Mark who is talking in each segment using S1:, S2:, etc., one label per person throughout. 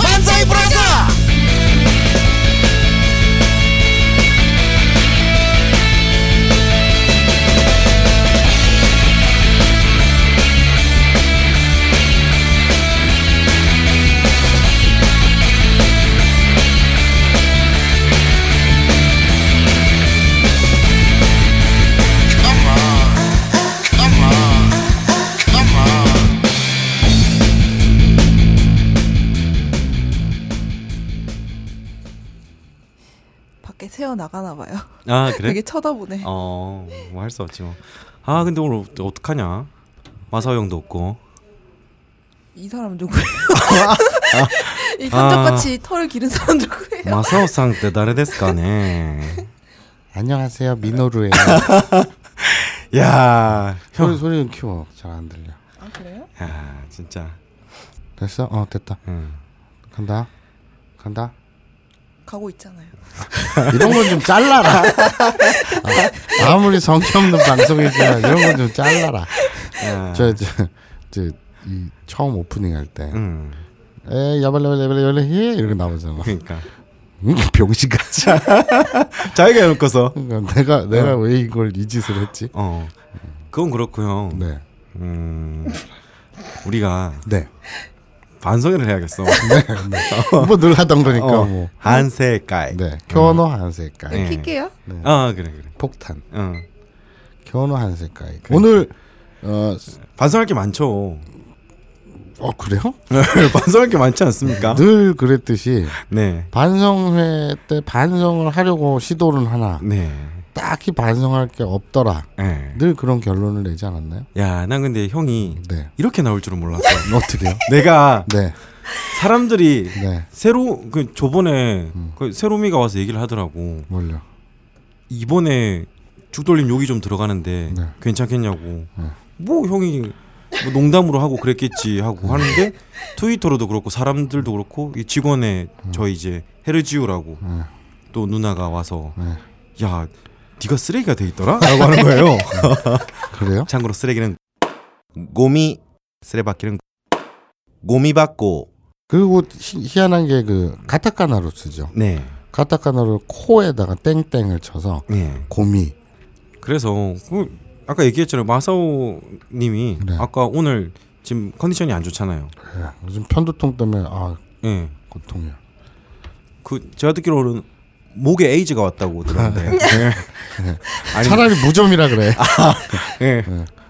S1: 만사이 브라자
S2: 밖에 새어 나가나 봐요.
S3: 아 그래?
S2: 되게 쳐다보네.
S3: 어, 뭐 할 수 없지 뭐. 아 근데 오늘 어- 어떡하냐? 마사오 형도 없고.
S2: 이 사람 누구예요? 이 산적같이
S3: 아.
S2: 털을 기른 사람 누구예요?
S3: 마사오 상때 다레 데스까네.
S1: 안녕하세요 미노루예요
S3: 야,
S1: 소리
S3: 형.
S1: 소리 좀 키워 잘 안 들려
S2: 아 그래요?
S3: 야, 진짜.
S1: 됐어 어 됐다
S3: 응.
S1: 간다 간다
S2: 가고 있잖아요.
S1: 이런 건 좀 잘라라 아, 아무리 성의 없는 방송이지만 이런 건 좀 잘라라
S3: 야.
S1: 저, 저, 저, 이 처음 오프닝 할 때,
S3: 응.
S1: 에이, 야발레발레, 야발레, 히! 이렇게 나오잖아.
S3: 그러니까.
S1: 음, 병신같이.
S3: 자기가 해놓고서.
S1: 그러니까 내가, 내가 왜 이걸 이 짓을 했지?
S3: 어. 그건 그렇고요.
S1: 네.
S3: 음. 우리가
S1: 네.
S3: 반성을 해야겠어.
S1: 뭐 늘 하던 거니까,
S3: 어,
S1: 뭐.
S3: 한세깔.
S1: 네. 교노 한색깔.
S3: 네.
S2: 킬게요.
S3: 아 그래 그래. 어,
S1: 폭탄.
S3: 응.
S1: 교노 한색깔. 오늘, 어,
S3: 반성할 게 많죠.
S1: 어, 그래요?
S3: 네. 반성할 게 많지 않습니까?
S1: 늘 그랬듯이,
S3: 네.
S1: 반성회 때 반성을 하려고 시도를 하나,
S3: 네.
S1: 딱히 반성할 게 없더라.
S3: 예.
S1: 늘 그런 결론을 내지 않았나요?
S3: 야, 난 근데 형이
S1: 네. 음,
S3: 이렇게 나올 줄은 몰랐어.
S1: 어떻게요?
S3: 내가
S1: 네.
S3: 사람들이
S1: 네. 음.
S3: 새로 그 저번에 그 새로미가 와서 얘기를 하더라고.
S1: 뭘요?
S3: 이번에 죽돌림 욕이 좀 들어가는데
S1: 네.
S3: 괜찮겠냐고.
S1: 네.
S3: 뭐 형이 뭐 농담으로 하고 그랬겠지 하고 하는데 트위터로도 그렇고 사람들도 그렇고 이 직원의 저 이제 헤르지우라고
S1: 음. 네.
S3: 또 누나가 와서
S1: 네.
S3: 야 네가 쓰레기가 돼 있더라라고 하는 거예요.
S1: 그래요?
S3: 참고로 쓰레기는 고미 쓰레받기는 고미 받고
S1: 그리고 희, 희한한 게 그 가타카나로 쓰죠.
S3: 네.
S1: 가타카나로 코에다가 땡땡을 쳐서
S3: 네.
S1: 고미.
S3: 그래서 그 아까 얘기했잖아요. 마사오 님이
S1: 네.
S3: 아까 오늘 지금 컨디션이 안 좋잖아요.
S1: 예, 요즘 편두통 때문에 아
S3: 예.
S1: 고통이야.
S3: 그 제가 듣기로는 목에 에이즈가 왔다고 들었는데. 네. 아니,
S1: 아, 네. 차라리 무좀이라 그래.
S3: 예.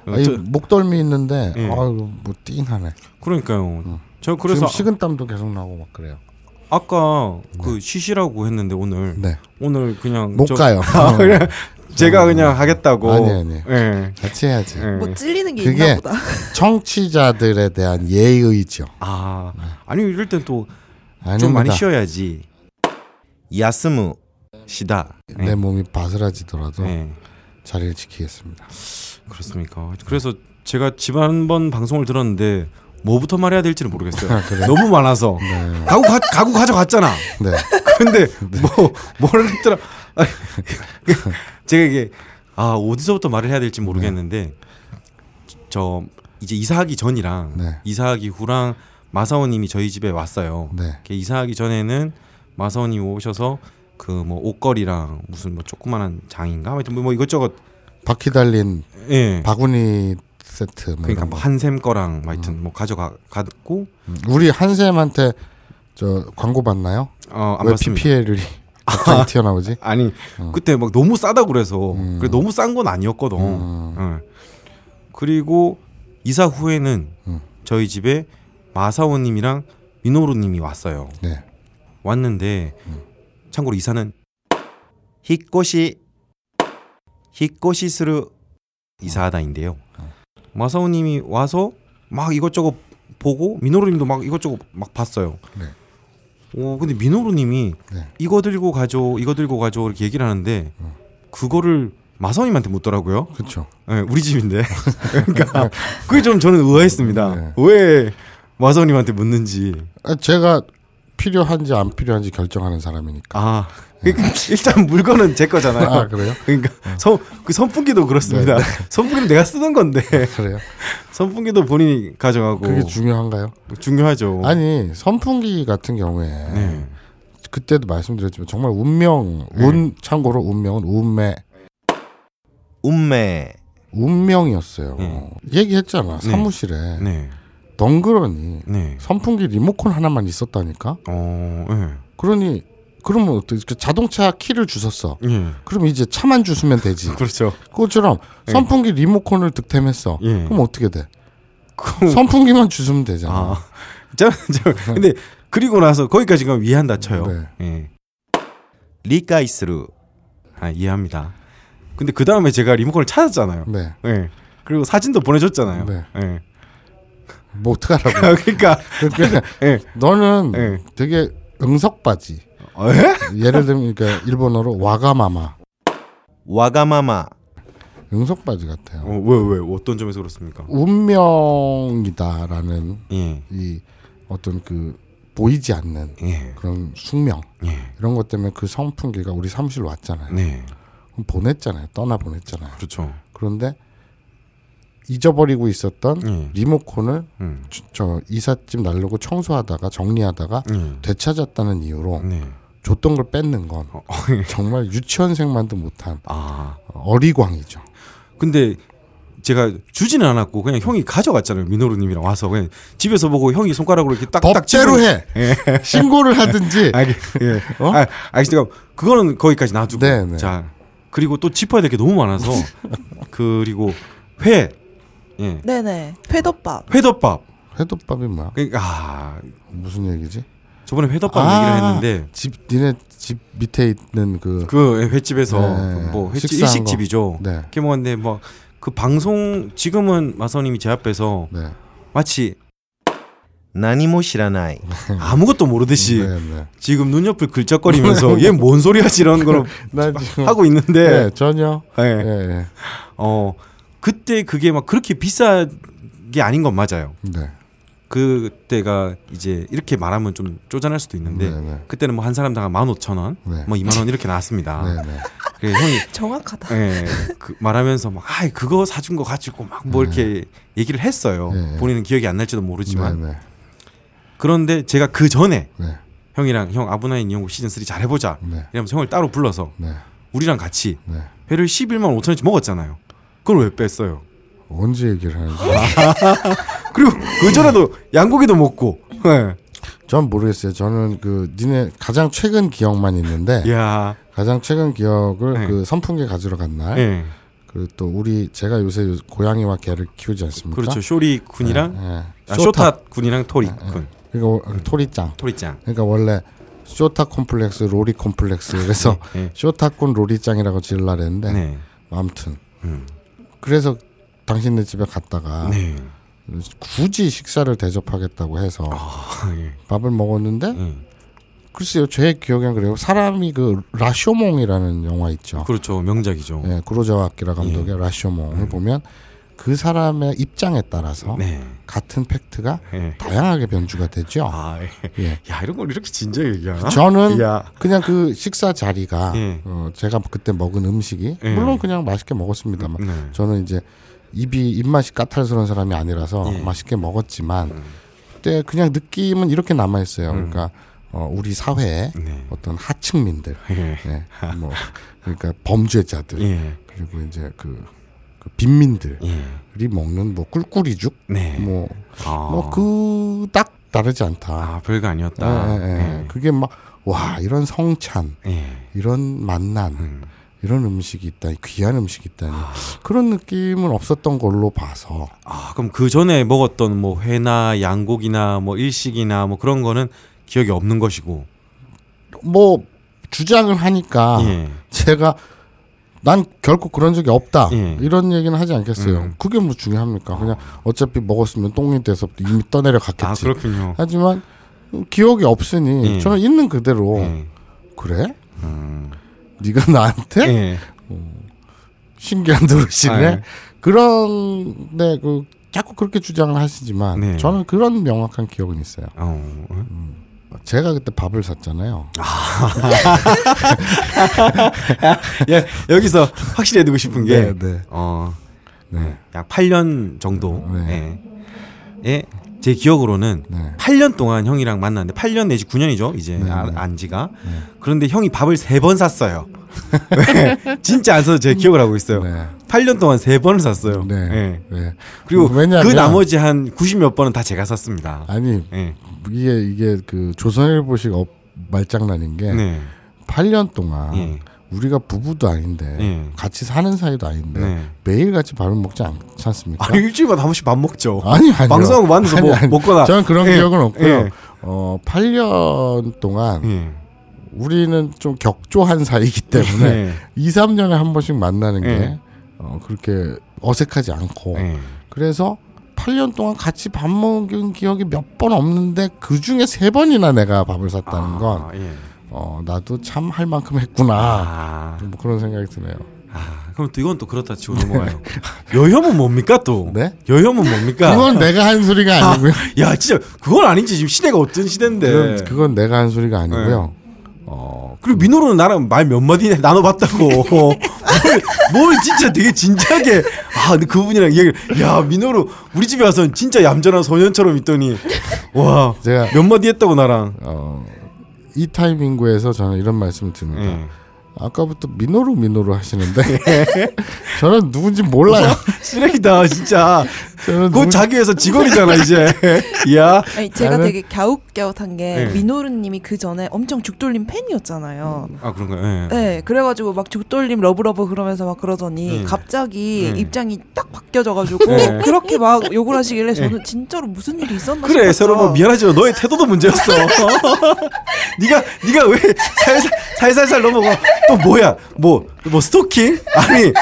S1: 아, 이
S3: 저-
S1: 목덜미 있는데
S3: 예.
S1: 아유 뭐 띵하네.
S3: 그러니까요. 저
S1: 그래서
S3: 그래서
S1: 어. 지금 식은땀도 계속 나고 막 그래요.
S3: 아까 그 쉬시라고 했는데 오늘
S1: 네.
S3: 오늘 그냥
S1: 못
S3: 저-
S1: 가요. 어.
S3: 아, 그냥 제가 그냥 하겠다고.
S1: 아니, 아니.
S3: 예.
S1: 같이 해야지.
S3: 예.
S2: 뭐 찔리는 게
S1: 그게-
S2: 있나 보다.
S1: 청취자들에 대한 예의죠.
S3: 아, 아니 이럴 땐 또 좀
S1: 아닙니다.
S3: 많이 쉬어야지. 야스무 시다.
S1: 내 몸이 바스라지더라도
S3: 네,
S1: 자리를 지키겠습니다.
S3: 그렇습니까? 그래서 제가 지난번 방송을 들었는데 뭐부터 말해야 될지를 모르겠어요.
S1: 아, 그래요?
S3: 너무 많아서 가구 가, 가구 가져갔잖아.
S1: 네.
S3: 근데 뭐뭘 했더라? 아니, 그, 제가 이게 아 어디서부터 말을 해야 될지 모르겠는데 저 이제 이사하기 전이랑
S1: 네.
S3: 이사하기 후랑 마사오님이 저희 집에 왔어요.
S1: 네.
S3: 이렇게 이사하기 전에는 마사오님 오셔서 그 뭐 옷걸이랑 무슨 뭐 조그만한 장인가 하여튼 뭐 이것저것
S1: 바퀴 달린
S3: 예
S1: 바구니 세트 뭐
S3: 그러니까
S1: 이런
S3: 뭐
S1: 거.
S3: 한샘 거랑 뭐 하여튼 뭐 가져갔고
S1: 음, 우리 한샘한테 저 광고 받나요?
S3: 어안
S1: 왜
S3: 봤습니다.
S1: PPL이 갑자기 튀어나오지? 음.
S3: 아니 그때 막 너무 싸다고 그래서 그래 너무 싼 건 아니었거든. 예. 그리고 이사 후에는
S1: 음.
S3: 저희 집에 마사오님이랑 미노루님이 왔어요.
S1: 네.
S3: 왔는데 참고로 이사는 히코시 히코시스루 이사하다인데요. 마사오님이 와서 막 이것저것 보고 미노루님도 막 이것저것 막 봤어요.
S1: 네.
S3: 오 근데 미노루님이
S1: 네.
S3: 이거 들고 가죠, 이거 들고 가죠 이렇게 얘기를 하는데 그거를 마사오님한테 묻더라고요.
S1: 그렇죠.
S3: 예, 우리 집인데. 그러니까 그게 좀 저는 의아했습니다.
S1: 네.
S3: 왜 마사오님한테 묻는지.
S1: 아, 제가 필요한지 안 필요한지 결정하는 사람이니까.
S3: 아 그러니까 일단 물건은 제 거잖아요.
S1: 아, 네, 그래요?
S3: 그러니까 선, 그 선풍기도 그렇습니다. 선풍기는 내가 쓰는 건데
S1: 그래요?
S3: 선풍기도 본인이 가져가고
S1: 그게 중요한가요?
S3: 중요하죠.
S1: 아니 선풍기 같은 경우에
S3: 뭐. 네.
S1: 그때도 말씀드렸지만 정말 운명 운 참고로 운명은 운매
S4: 운매.
S1: 운명이었어요.
S3: 네.
S1: 얘기했잖아
S3: 네.
S1: 사무실에
S3: 네,
S1: 덩그러니
S3: 네.
S1: 선풍기 리모컨 하나만 있었다니까.
S3: 어, 예,
S1: 그러니 그러면 어떻게 그 자동차 키를 주셨어?
S3: 예.
S1: 그럼 이제 차만 주시면 되지.
S3: 그렇죠.
S1: 그것처럼 선풍기 리모컨을 득템했어.
S3: 예.
S1: 그럼 어떻게 돼?
S3: 그-
S1: 선풍기만 주시면 되잖아.
S3: 아, 저, 저, 근데 그리고 나서 거기까지 가면 이해한다 쳐요.
S1: 네.
S3: 예,
S4: 리카이스루.
S3: 아, 이해합니다. 근데 그 다음에 제가 리모컨을 찾았잖아요.
S1: 네.
S3: 예. 그리고 사진도 보내줬잖아요.
S1: 네.
S3: 예.
S1: 뭐 어떡하라고.
S3: 그러니까
S1: 그러니까
S3: 예.
S1: 너는
S3: 예.
S1: 되게 응석바지.
S3: 어, 예?
S1: 예를 들면 그러니까 일본어로 와가마마.
S4: 와가마마.
S1: 응석바지 같아요.
S3: 어, 왜, 왜, 어떤 점에서 그렇습니까?
S1: 운명이다라는
S3: 예,
S1: 이 어떤 그 보이지 않는
S3: 예,
S1: 그런 숙명
S3: 예.
S1: 이런 것 때문에 그 선풍기가 우리 사무실 왔잖아요.
S3: 네,
S1: 그럼 보냈잖아요. 떠나 보냈잖아요.
S3: 그렇죠.
S1: 그런데 잊어버리고 있었던
S3: 예,
S1: 리모컨을
S3: 음,
S1: 저, 저 이삿짐 날르고 청소하다가 정리하다가
S3: 예.
S1: 되찾았다는 이유로
S3: 네.
S1: 줬던 걸 뺏는 건
S3: 어,
S1: 정말 유치원생만도 못한
S3: 아,
S1: 어리광이죠.
S3: 근데 제가 주지는 않았고 그냥 형이 가져갔잖아요. 민호루님이랑 와서 그냥 집에서 보고 형이 손가락으로 이렇게 딱딱 예.
S1: 법대로
S3: 집어-
S1: 해 신고를 하든지
S3: 알겠, 예.
S1: 어?
S3: 아, 알겠습니다. 그거는 거기까지 놔두고.
S1: 네, 네.
S3: 자, 그리고 또 짚어야 될 게 너무 많아서. 그리고 회, 예,
S2: 네네. 회덮밥.
S3: 회덮밥.
S1: 회덮밥이 뭐야?
S3: 그러니까 아,
S1: 무슨 얘기지?
S3: 저번에 회덮밥
S1: 아.
S3: 얘기를 했는데
S1: 집 니네 집 밑에 있는 그
S3: 그 횟집에서
S1: 네,
S3: 뭐 횟집
S1: 식사한
S3: 일식집이죠.
S1: 네.
S3: 이렇게 먹었는데 막 그 방송 지금은 마선님이 제 앞에서
S1: 네.
S3: 마치
S4: 나니모시라나이.
S3: 아무것도 모르듯이
S1: 네, 네.
S3: 지금 눈 옆을 긁적거리면서 얘 뭔 소리 하지 이런 걸
S1: 나 지금
S3: 하고 있는데
S1: 네, 전혀
S3: 예.
S1: 예, 예.
S3: 어 그때 그게 막 그렇게 비싼 게 아닌 건 맞아요.
S1: 네.
S3: 그때가 이제 이렇게 말하면 좀 쪼잔할 수도 있는데
S1: 네, 네.
S3: 그때는 뭐 한 사람당 한 15,000원,
S1: 네.
S3: 뭐 2만 원 이렇게 나왔습니다.
S1: 네, 네.
S3: 그래 형이
S2: 정확하다.
S3: 예, 그 말하면서 막 아, 그거 사준 거 가지고 막 뭐 이렇게 얘기를 했어요.
S1: 네.
S3: 본인은 기억이 안 날지도 모르지만
S1: 네, 네.
S3: 그런데 제가 그 전에
S1: 네.
S3: 형이랑 형 아브나인 이용구 시즌 3 잘해보자
S1: 네.
S3: 이러면서 형을 따로 불러서
S1: 네.
S3: 우리랑 같이
S1: 네.
S3: 회를 11만 5천 원씩 먹었잖아요. 그걸 왜 뺐어요?
S1: 언제 얘기를 하는지
S3: 그리고 그 전에도 양고기도 먹고.
S1: 네.
S3: 예.
S1: 전 모르겠어요. 저는 그 니네 가장 최근 기억만 있는데
S3: 야.
S1: 가장 최근 기억을
S3: 예. 네.
S1: 그 선풍기 가지러 간 날,
S3: 예.
S1: 그리고 또 우리 제가 요새 요- 고양이와 개를 키우지 않습니까?
S3: 그렇죠. 쇼리 군이랑
S1: 예.
S3: 아, 쇼탑 군이랑 토리 군.
S1: 그러니까 워- 토리짱.
S3: 토리짱.
S1: 그러니까 원래 쇼타 콤플렉스, 로리 콤플렉스. 그래서
S3: 예.
S1: 쇼타꾼 로리짱이라고 지으려 했는데
S3: 네. 네.
S1: 아무튼
S3: 음.
S1: 그래서 당신네 집에 갔다가
S3: 네.
S1: 굳이 식사를 대접하겠다고 해서
S3: 아, 예.
S1: 밥을 먹었는데
S3: 예.
S1: 글쎄요 제 기억엔 그래요 사람이 그 라쇼몽이라는 영화 있죠
S3: 그렇죠. 명작이죠.
S1: 예, 구로자와 아키라 감독의 라쇼몽을 보면 그 사람의 입장에 따라서
S3: 네.
S1: 같은 팩트가
S3: 예.
S1: 다양하게 변주가 되죠.
S3: 아, 예.
S1: 예.
S3: 야, 이런 걸 이렇게 진지하게 얘기하나?
S1: 저는
S3: 야.
S1: 그냥 그 식사 자리가
S3: 어? 예.
S1: 어, 제가 그때 먹은 음식이
S3: 예.
S1: 물론 그냥 맛있게 먹었습니다만
S3: 네.
S1: 저는 이제 입이 입맛이 까탈스러운 사람이 아니라서
S3: 예. 음.
S1: 맛있게 먹었지만 그때 그냥 느낌은 이렇게 남아 있어요. 그러니까 어, 우리 사회의
S3: 네.
S1: 어떤 하층민들,
S3: 예.
S1: 예. 뭐 그러니까 범죄자들
S3: 예.
S1: 그리고 이제 그, 그 빈민들이
S3: 예.
S1: 먹는 뭐 꿀꿀이죽
S3: 네. 아.
S1: 뭐 뭐 그 딱 다르지 않다.
S3: 아, 별거 아니었다.
S1: 예, 예, 예.
S3: 예.
S1: 그게 막 와 이런 성찬,
S3: 예.
S1: 이런 만난,
S3: 음.
S1: 이런 음식이 있다니 귀한 음식이 있다니 그런 느낌은 없었던 걸로 봐서
S3: 아, 그럼 그 전에 먹었던 뭐 회나 양고기나 뭐 일식이나 뭐 그런 거는 기억이 없는 것이고.
S1: 뭐 주장을 하니까
S3: 예.
S1: 제가 난 결코 그런 적이 없다
S3: 예.
S1: 이런 얘기는 하지 않겠어요.
S3: 음.
S1: 그게 뭐 중요합니까? 그냥 어차피 먹었으면 똥이 돼서 이미 떠내려 갔겠지.
S3: 아, 그렇군요.
S1: 하지만 기억이 없으니
S3: 예.
S1: 저는 있는 그대로
S3: 예.
S1: 그래?
S3: 음.
S1: 네가 나한테
S3: 예.
S1: 신기한 노릇이네.
S3: 아, 예.
S1: 그런데 그 자꾸 그렇게 주장을 하시지만
S3: 네.
S1: 저는 그런 명확한 기억은 있어요.
S3: 어, 어?
S1: 제가 그때 밥을 샀잖아요.
S3: 예, 여기서 확실히 해두고 싶은 게
S1: 네, 네.
S3: 어,
S1: 네.
S3: 약 8년 정도.
S1: 네.
S3: 예. 예, 제 기억으로는
S1: 네.
S3: 8년 동안 형이랑 만났는데 8년 내지 9년이죠 이제
S1: 네,
S3: 아-
S1: 네.
S3: 안지가 그런데 형이 밥을 세 번 샀어요 네, 진짜 안 써서 제 기억을 하고 있어요
S1: 네.
S3: 8년 동안 세 번을 샀어요
S1: 네.
S3: 예.
S1: 네.
S3: 그리고
S1: 왜냐하면-
S3: 그 나머지 한 90 몇 번은 다 제가 샀습니다
S1: 아니
S3: 예.
S1: 이게 이게 그 조선일보식 업 말장난인 게
S3: 네.
S1: 8년 동안
S3: 예.
S1: 우리가 부부도 아닌데
S3: 예.
S1: 같이 사는 사이도 아닌데
S3: 네.
S1: 매일 같이 밥을 먹지 않지 않습니까?
S3: 아, 일주일마다 한 번씩 밥 먹죠
S1: 아니 아니
S3: 방송하고 만나서 뭐 먹거나.
S1: 저는 그런
S3: 예,
S1: 기억은 없고요.
S3: 예.
S1: 어 8년 동안
S3: 예.
S1: 우리는 좀 격조한 사이이기 때문에
S3: 예.
S1: 2, 3년에 한 번씩 만나는 게
S3: 예.
S1: 어, 그렇게 어색하지 않고
S3: 예.
S1: 그래서 8년 동안 같이 밥 먹은 기억이 몇 번 없는데 그 중에 세 번이나 내가 밥을 샀다는 건
S3: 아, 예.
S1: 어, 나도 참 할 만큼 했구나
S3: 아,
S1: 뭐 그런 생각이 드네요.
S3: 아, 그럼 또 이건 또 그렇다 치고 넘어가요. 여혐은 뭡니까 또?
S1: 네?
S3: 여혐은 뭡니까?
S1: 그건 내가 한 소리가 아니고요.
S3: 야, 진짜 그건 아닌지 지금 시대가 어떤 시대인데.
S1: 그건, 그건 내가 한 소리가 아니고요.
S3: 네.
S1: 어,
S3: 그리고 민호는 나랑 말 몇 마디 나눠봤다고. 뭘, 뭘 진짜 되게 진지하게. 아, 근데 그분이랑 이야기를. 야, 민호로 우리 집에 와서는 진짜 얌전한 소년처럼 있더니. 와.
S1: 제가
S3: 몇 마디 했다고 나랑.
S1: 어, 이 타이밍구에서 저는 이런 말씀을 드립니다.
S3: 예.
S1: 아까부터 민호로 민호로 하시는데 저는 누군지 몰라요.
S3: 쓰레기다, 진짜.
S1: 저는
S3: 어? 그건
S1: 누군-
S3: 자기 회사 직원이잖아, 이제. 야.
S2: 아니, 제가
S1: 나는-
S2: 되게 갸웃갸웃한 게
S3: 네.
S2: 민호루님이 그 전에 엄청 죽돌림 팬이었잖아요.
S3: 아, 그런가요? 예.
S2: 네, 그래가지고 막 죽돌림 러브러브 그러면서 막 그러더니
S3: 네.
S2: 갑자기
S3: 네.
S2: 입장이 딱 바뀌어져가지고
S3: 네.
S2: 그렇게 막 욕을 하시길래 저는 진짜로 무슨 일이 있었나 싶었죠.
S3: 그래 서로 뭐 미안하지만 너의 태도도 문제였어. 네가 네가 왜 살살 살살살 넘어가 또 뭐야 뭐 뭐 스토킹 아니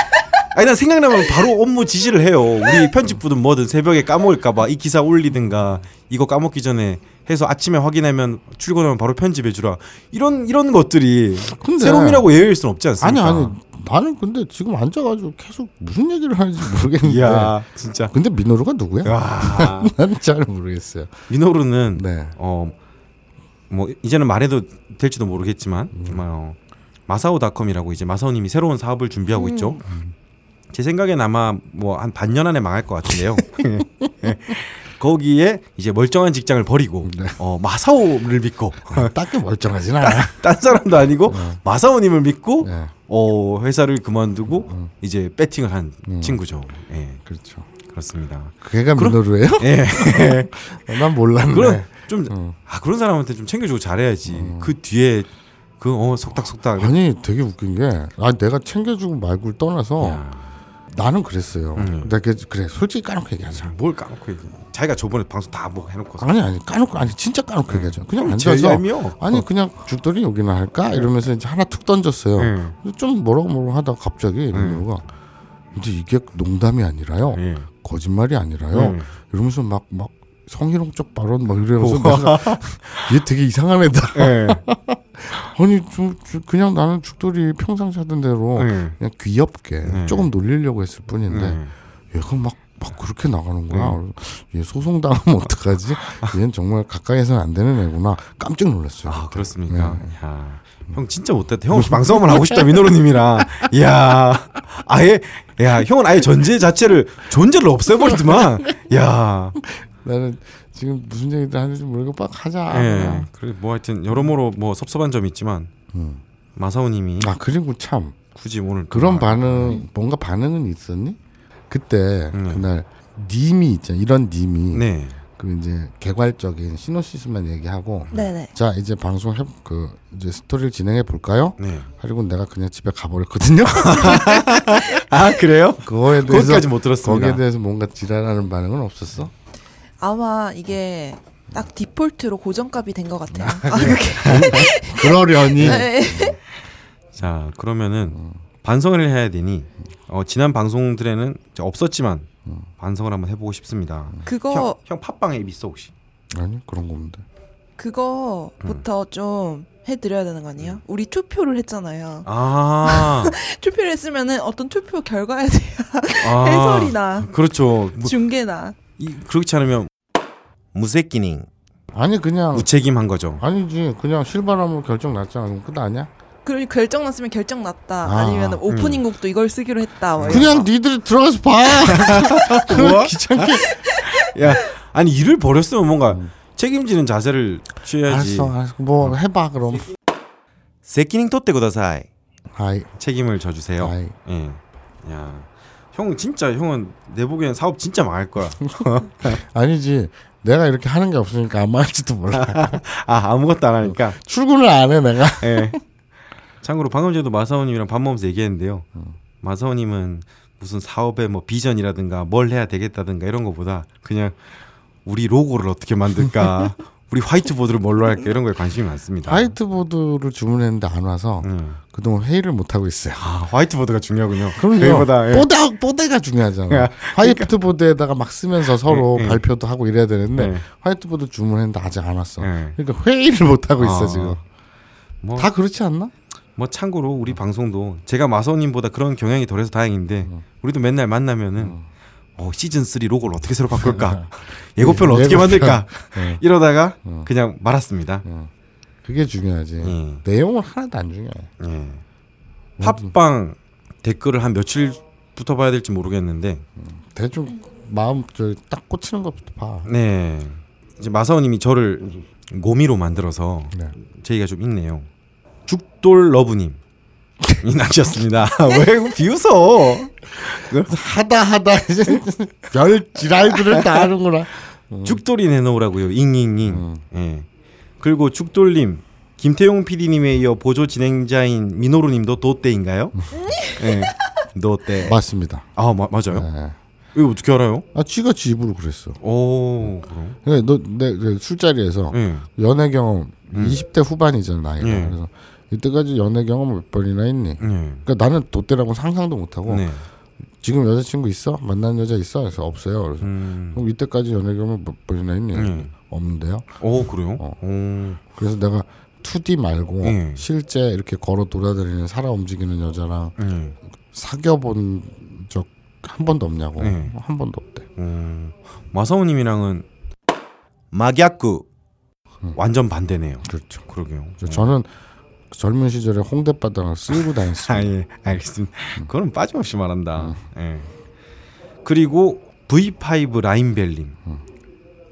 S3: 아니 난 생각나면 바로 업무 지시를 해요. 우리 편집부든 뭐든 새벽에 까먹을까봐 이 기사 올리든가 이거 까먹기 전에 해서 아침에 확인하면 출근하면 바로 편집해 주라 이런 이런 것들이
S1: 근데-
S3: 새롬이라고 예외일 수는 없지
S1: 아니
S3: 않습니까?
S1: 아니 나는 근데 지금 앉아가지고 계속 무슨 얘기를 하는지 모르겠는데
S3: 이야 진짜
S1: 근데 민호루가 누구야?
S3: 와
S1: 난 잘 모르겠어요.
S3: 민호루는
S1: 네.
S3: 어 뭐 이제는 말해도 될지도 모르겠지만
S1: 음.
S3: 정말 어, 마사오닷컴이라고 이제 마사오님이 새로운 사업을 준비하고 있죠. 제 생각엔 아마 뭐 한 반년 안에 망할 것 같은데요. 예. 거기에 이제 멀쩡한 직장을 버리고
S1: 네.
S3: 어, 마사오를 믿고
S1: 딱히 멀쩡하진 않아.
S3: 딴 사람도 아니고 마사오님을 믿고
S1: 네. 음.
S3: 어, 회사를 그만두고 이제 배팅을 한 친구죠. 예,
S1: 그렇죠.
S3: 그렇습니다.
S1: 그애가 민호루예요?
S3: 예.
S1: 난 음, 몰랐네.
S3: 그런 좀 아, 그런 사람한테 좀 챙겨주고 잘해야지. 그 뒤에 그 어 속닥속닥.
S1: 음. 아니 되게 웃긴 게 아, 내가 챙겨주고 말고를 떠나서 나는 그랬어요.
S3: 음.
S1: 나 그- 그래 솔직히 까놓고 얘기하자.
S3: 뭘 까놓고 얘기해. 자기가 저번에 방송 다 뭐 해놓고
S1: 아니 아니 까놓고 아니 진짜 까놓고 얘기하죠. 그냥
S3: 그럼 음. 제일
S1: 앉아서
S3: 얄미워. 어.
S1: 아니 그냥 죽돌이 여기나 할까 이러면서 이제 하나 툭 던졌어요.
S3: 응.
S1: 근데 좀 뭐라고 뭐라고 하다가 갑자기 민호루가 근데 이게 농담이 아니라요.
S3: 예.
S1: 거짓말이 아니라요.
S3: 응.
S1: 이러면서 막 막 성희롱적 발언 막 이러면서 내가 얘 되게 이상한 애다.
S3: 예.
S1: 아니 좀 주- 그냥 나는 죽돌이 평상시 하던 대로
S3: 예.
S1: 그냥 귀엽게
S3: 네.
S1: 조금 놀리려고 했을 뿐인데
S3: 예.
S1: 얘가 막, 막 그렇게 나가는 구나얘 소송 당하면 어떡하지? 얘는 정말 가까이서는 안 되는 애구나. 깜짝 놀랐어요.
S3: 아 그렇습니까?
S1: 네.
S3: 야, 형 진짜 못됐다. 형 방송 한번 하고 싶다 민호로님이랑. 야, 아예 야 형은 아예 전제 자체를 존재를 없애버리더만. 야,
S1: 나는 지금 무슨 얘기들 하는지 모르고 빡 하자.
S3: 예.
S1: 그냥.
S3: 그래 뭐 하여튼 여러모로 뭐 섭섭한 점이 있지만 마사오님이
S1: 음. 아 그리고 참
S3: 굳이 오늘 아,
S1: 그런
S3: 네.
S1: 반응 뭔가 반응은 있었니? 그때 그날 님이 있잖아 이런 님이
S3: 네.
S1: 그 이제 개괄적인 시노시스만 얘기하고
S2: 네네.
S1: 자 이제 방송 해그 이제 스토리를 진행해 볼까요?
S3: 네.
S1: 그리고 내가 그냥 집에 가버렸거든요.
S3: 아 그래요?
S1: 그거에 대해서
S3: 거기까지 못 들었습니다.
S1: 거기에 대해서 뭔가 지랄하는 반응은 없었어?
S2: 아마 이게 딱 디폴트로 고정값이 된 것 같아요. 아, 그게.
S1: 그러려니
S2: 네.
S3: 자 그러면은 반성을 해야 되니 어, 지난 방송들에는 이제 없었지만 반성을 한번 해보고 싶습니다.
S2: 그거
S3: 형, 형 팟빵 앱 있어 혹시?
S1: 아니 그런 겁니다.
S2: 그거부터 좀 해드려야 되는 거 아니에요? 우리 투표를 했잖아요.
S3: 아,
S2: 투표를 했으면은 어떤 투표 결과에 대한
S3: 아
S2: 해설이나
S3: 그렇죠. 뭐,
S2: 중계나
S3: 이, 그렇지 않으면
S4: 무쇠끼닝
S1: 아니
S2: 어.
S1: 그냥
S3: 무책임한 거죠.
S1: 아니지 그냥 실바람으로 결정 났잖아 그럼 끝 아니야?
S2: 그럼 결정 났으면 결정 났다.
S1: 아,
S2: 아, 니면 오프닝 곡도 이걸 쓰기로 했다. 막
S1: 그냥
S2: 이런 거.
S1: 니들이 들어가서 봐.
S3: 우와.
S1: 귀찮게.
S3: 야, 아니 일을 벌였으면 뭔가 책임지는 자세를 취해야지.
S1: 알았어, 알았어. 뭐 해봐 그럼.
S4: 責任取ってください
S1: 하이,
S3: 책임을 져주세요.
S1: 하이.
S3: 예. 야, 형 진짜 형은 내 보기엔 사업 진짜 망할 거야.
S1: 아니지. 내가 이렇게 하는 게 없으니까 안 말할지도 몰라.
S3: 아 아무것도 안 하니까.
S1: 출근을 안 해 내가.
S3: 예. 참고로 방금 전에도 마사오님이랑 밥 먹으면서 얘기했는데요. 마사오님은 무슨 사업의 뭐 비전이라든가 뭘 해야 되겠다든가 이런 거보다 그냥 우리 로고를 어떻게 만들까, 우리 화이트보드를 뭘로 할까 이런 거에 관심이 많습니다.
S1: 화이트보드를 주문했는데 안 와서
S3: 아. 음.
S1: 그동안 회의를 못 하고 있어요.
S3: 아, 화이트보드가 중요하군요.
S1: 그럼요.
S3: 저희보다, 예.
S1: 뽀대, 뽀대가 중요하잖아.
S3: 야, 그러니까.
S1: 요 화이트보드에다가 막 쓰면서 서로
S3: 예, 예.
S1: 발표도 하고 이래야 되는데
S3: 예.
S1: 화이트보드 주문했는데 아직 안 왔어.
S3: 예.
S1: 그러니까 회의를 못 하고 있어
S3: 아,
S1: 지금.
S3: 뭐,
S1: 다 그렇지 않나?
S3: 뭐 참고로 우리 방송도 제가 마사오님보다 그런 경향이 덜해서 다행인데
S1: 어.
S3: 우리도 맨날 만나면은 어, 시즌 3 로고를 어떻게 새로 바꿀까, 예고편을
S1: 예,
S3: 어떻게
S1: 예고편.
S3: 만들까
S1: 예. 어.
S3: 이러다가 그냥 말았습니다.
S1: 그게 중요하지.
S3: 예.
S1: 내용은 하나도 안 중요해.
S3: 예. 팟빵 댓글을 한 며칠부터 봐야 될지 모르겠는데
S1: 대충 마음 저딱 꽂히는 것부터 봐.
S3: 네 이제 마사오님이 저를 고미로 만들어서
S1: 네.
S3: 제의가 좀 있네요 죽돌 러브님 이 남겼습니다 왜 비웃어
S1: 하다 하다 이제 별 지랄들을 다 하는구나. 음.
S3: 죽돌이 내놓으라고요 잉잉잉 예 그리고 죽돌님 김태용 PD님에 이어 보조 진행자인 민호루님도 도떼인가요? 예 도떼
S1: 맞습니다.
S3: 아 마, 맞아요
S1: 네.
S3: 이거 어떻게 알아요?
S1: 아, 지가 지 입으로 그랬어.
S3: 오 그럼
S1: 그래, 너, 내, 내 술자리에서
S3: 예
S1: 연애 경험 20대 후반이잖아, 나이가.
S3: 예.
S1: 그래서 이때까지 연애 경험 몇 번이나 했니?
S3: 예.
S1: 그러니까 나는 도대라고 상상도 못하고
S3: 네.
S1: 지금 여자친구 있어? 만난 여자 있어? 그래서 없어요. 그래서
S3: 음.
S1: 그럼 이때까지 연애 경험 몇 번이나 했니?
S3: 예.
S1: 없는데요.
S3: 오 그래요?
S1: 어.
S3: 오.
S1: 그래서 내가 2D 말고
S3: 예.
S1: 실제 이렇게 걸어 돌아다니는 살아 움직이는 여자랑
S3: 예.
S1: 사귀어본 적 한 번도 없냐고
S3: 예.
S1: 한 번도 없대
S3: 음. 마사오님이랑은
S4: 真逆
S3: 완전 반대네요.
S1: 음. 그렇죠
S3: 그러게요.
S1: 저- 저는 젊은 시절에 홍대바닥을 쓸고 다녔어요 음.
S3: 아예 알겠습니다. 그건 빠짐없이 말한다. 예. 그리고 V5 라인벨님.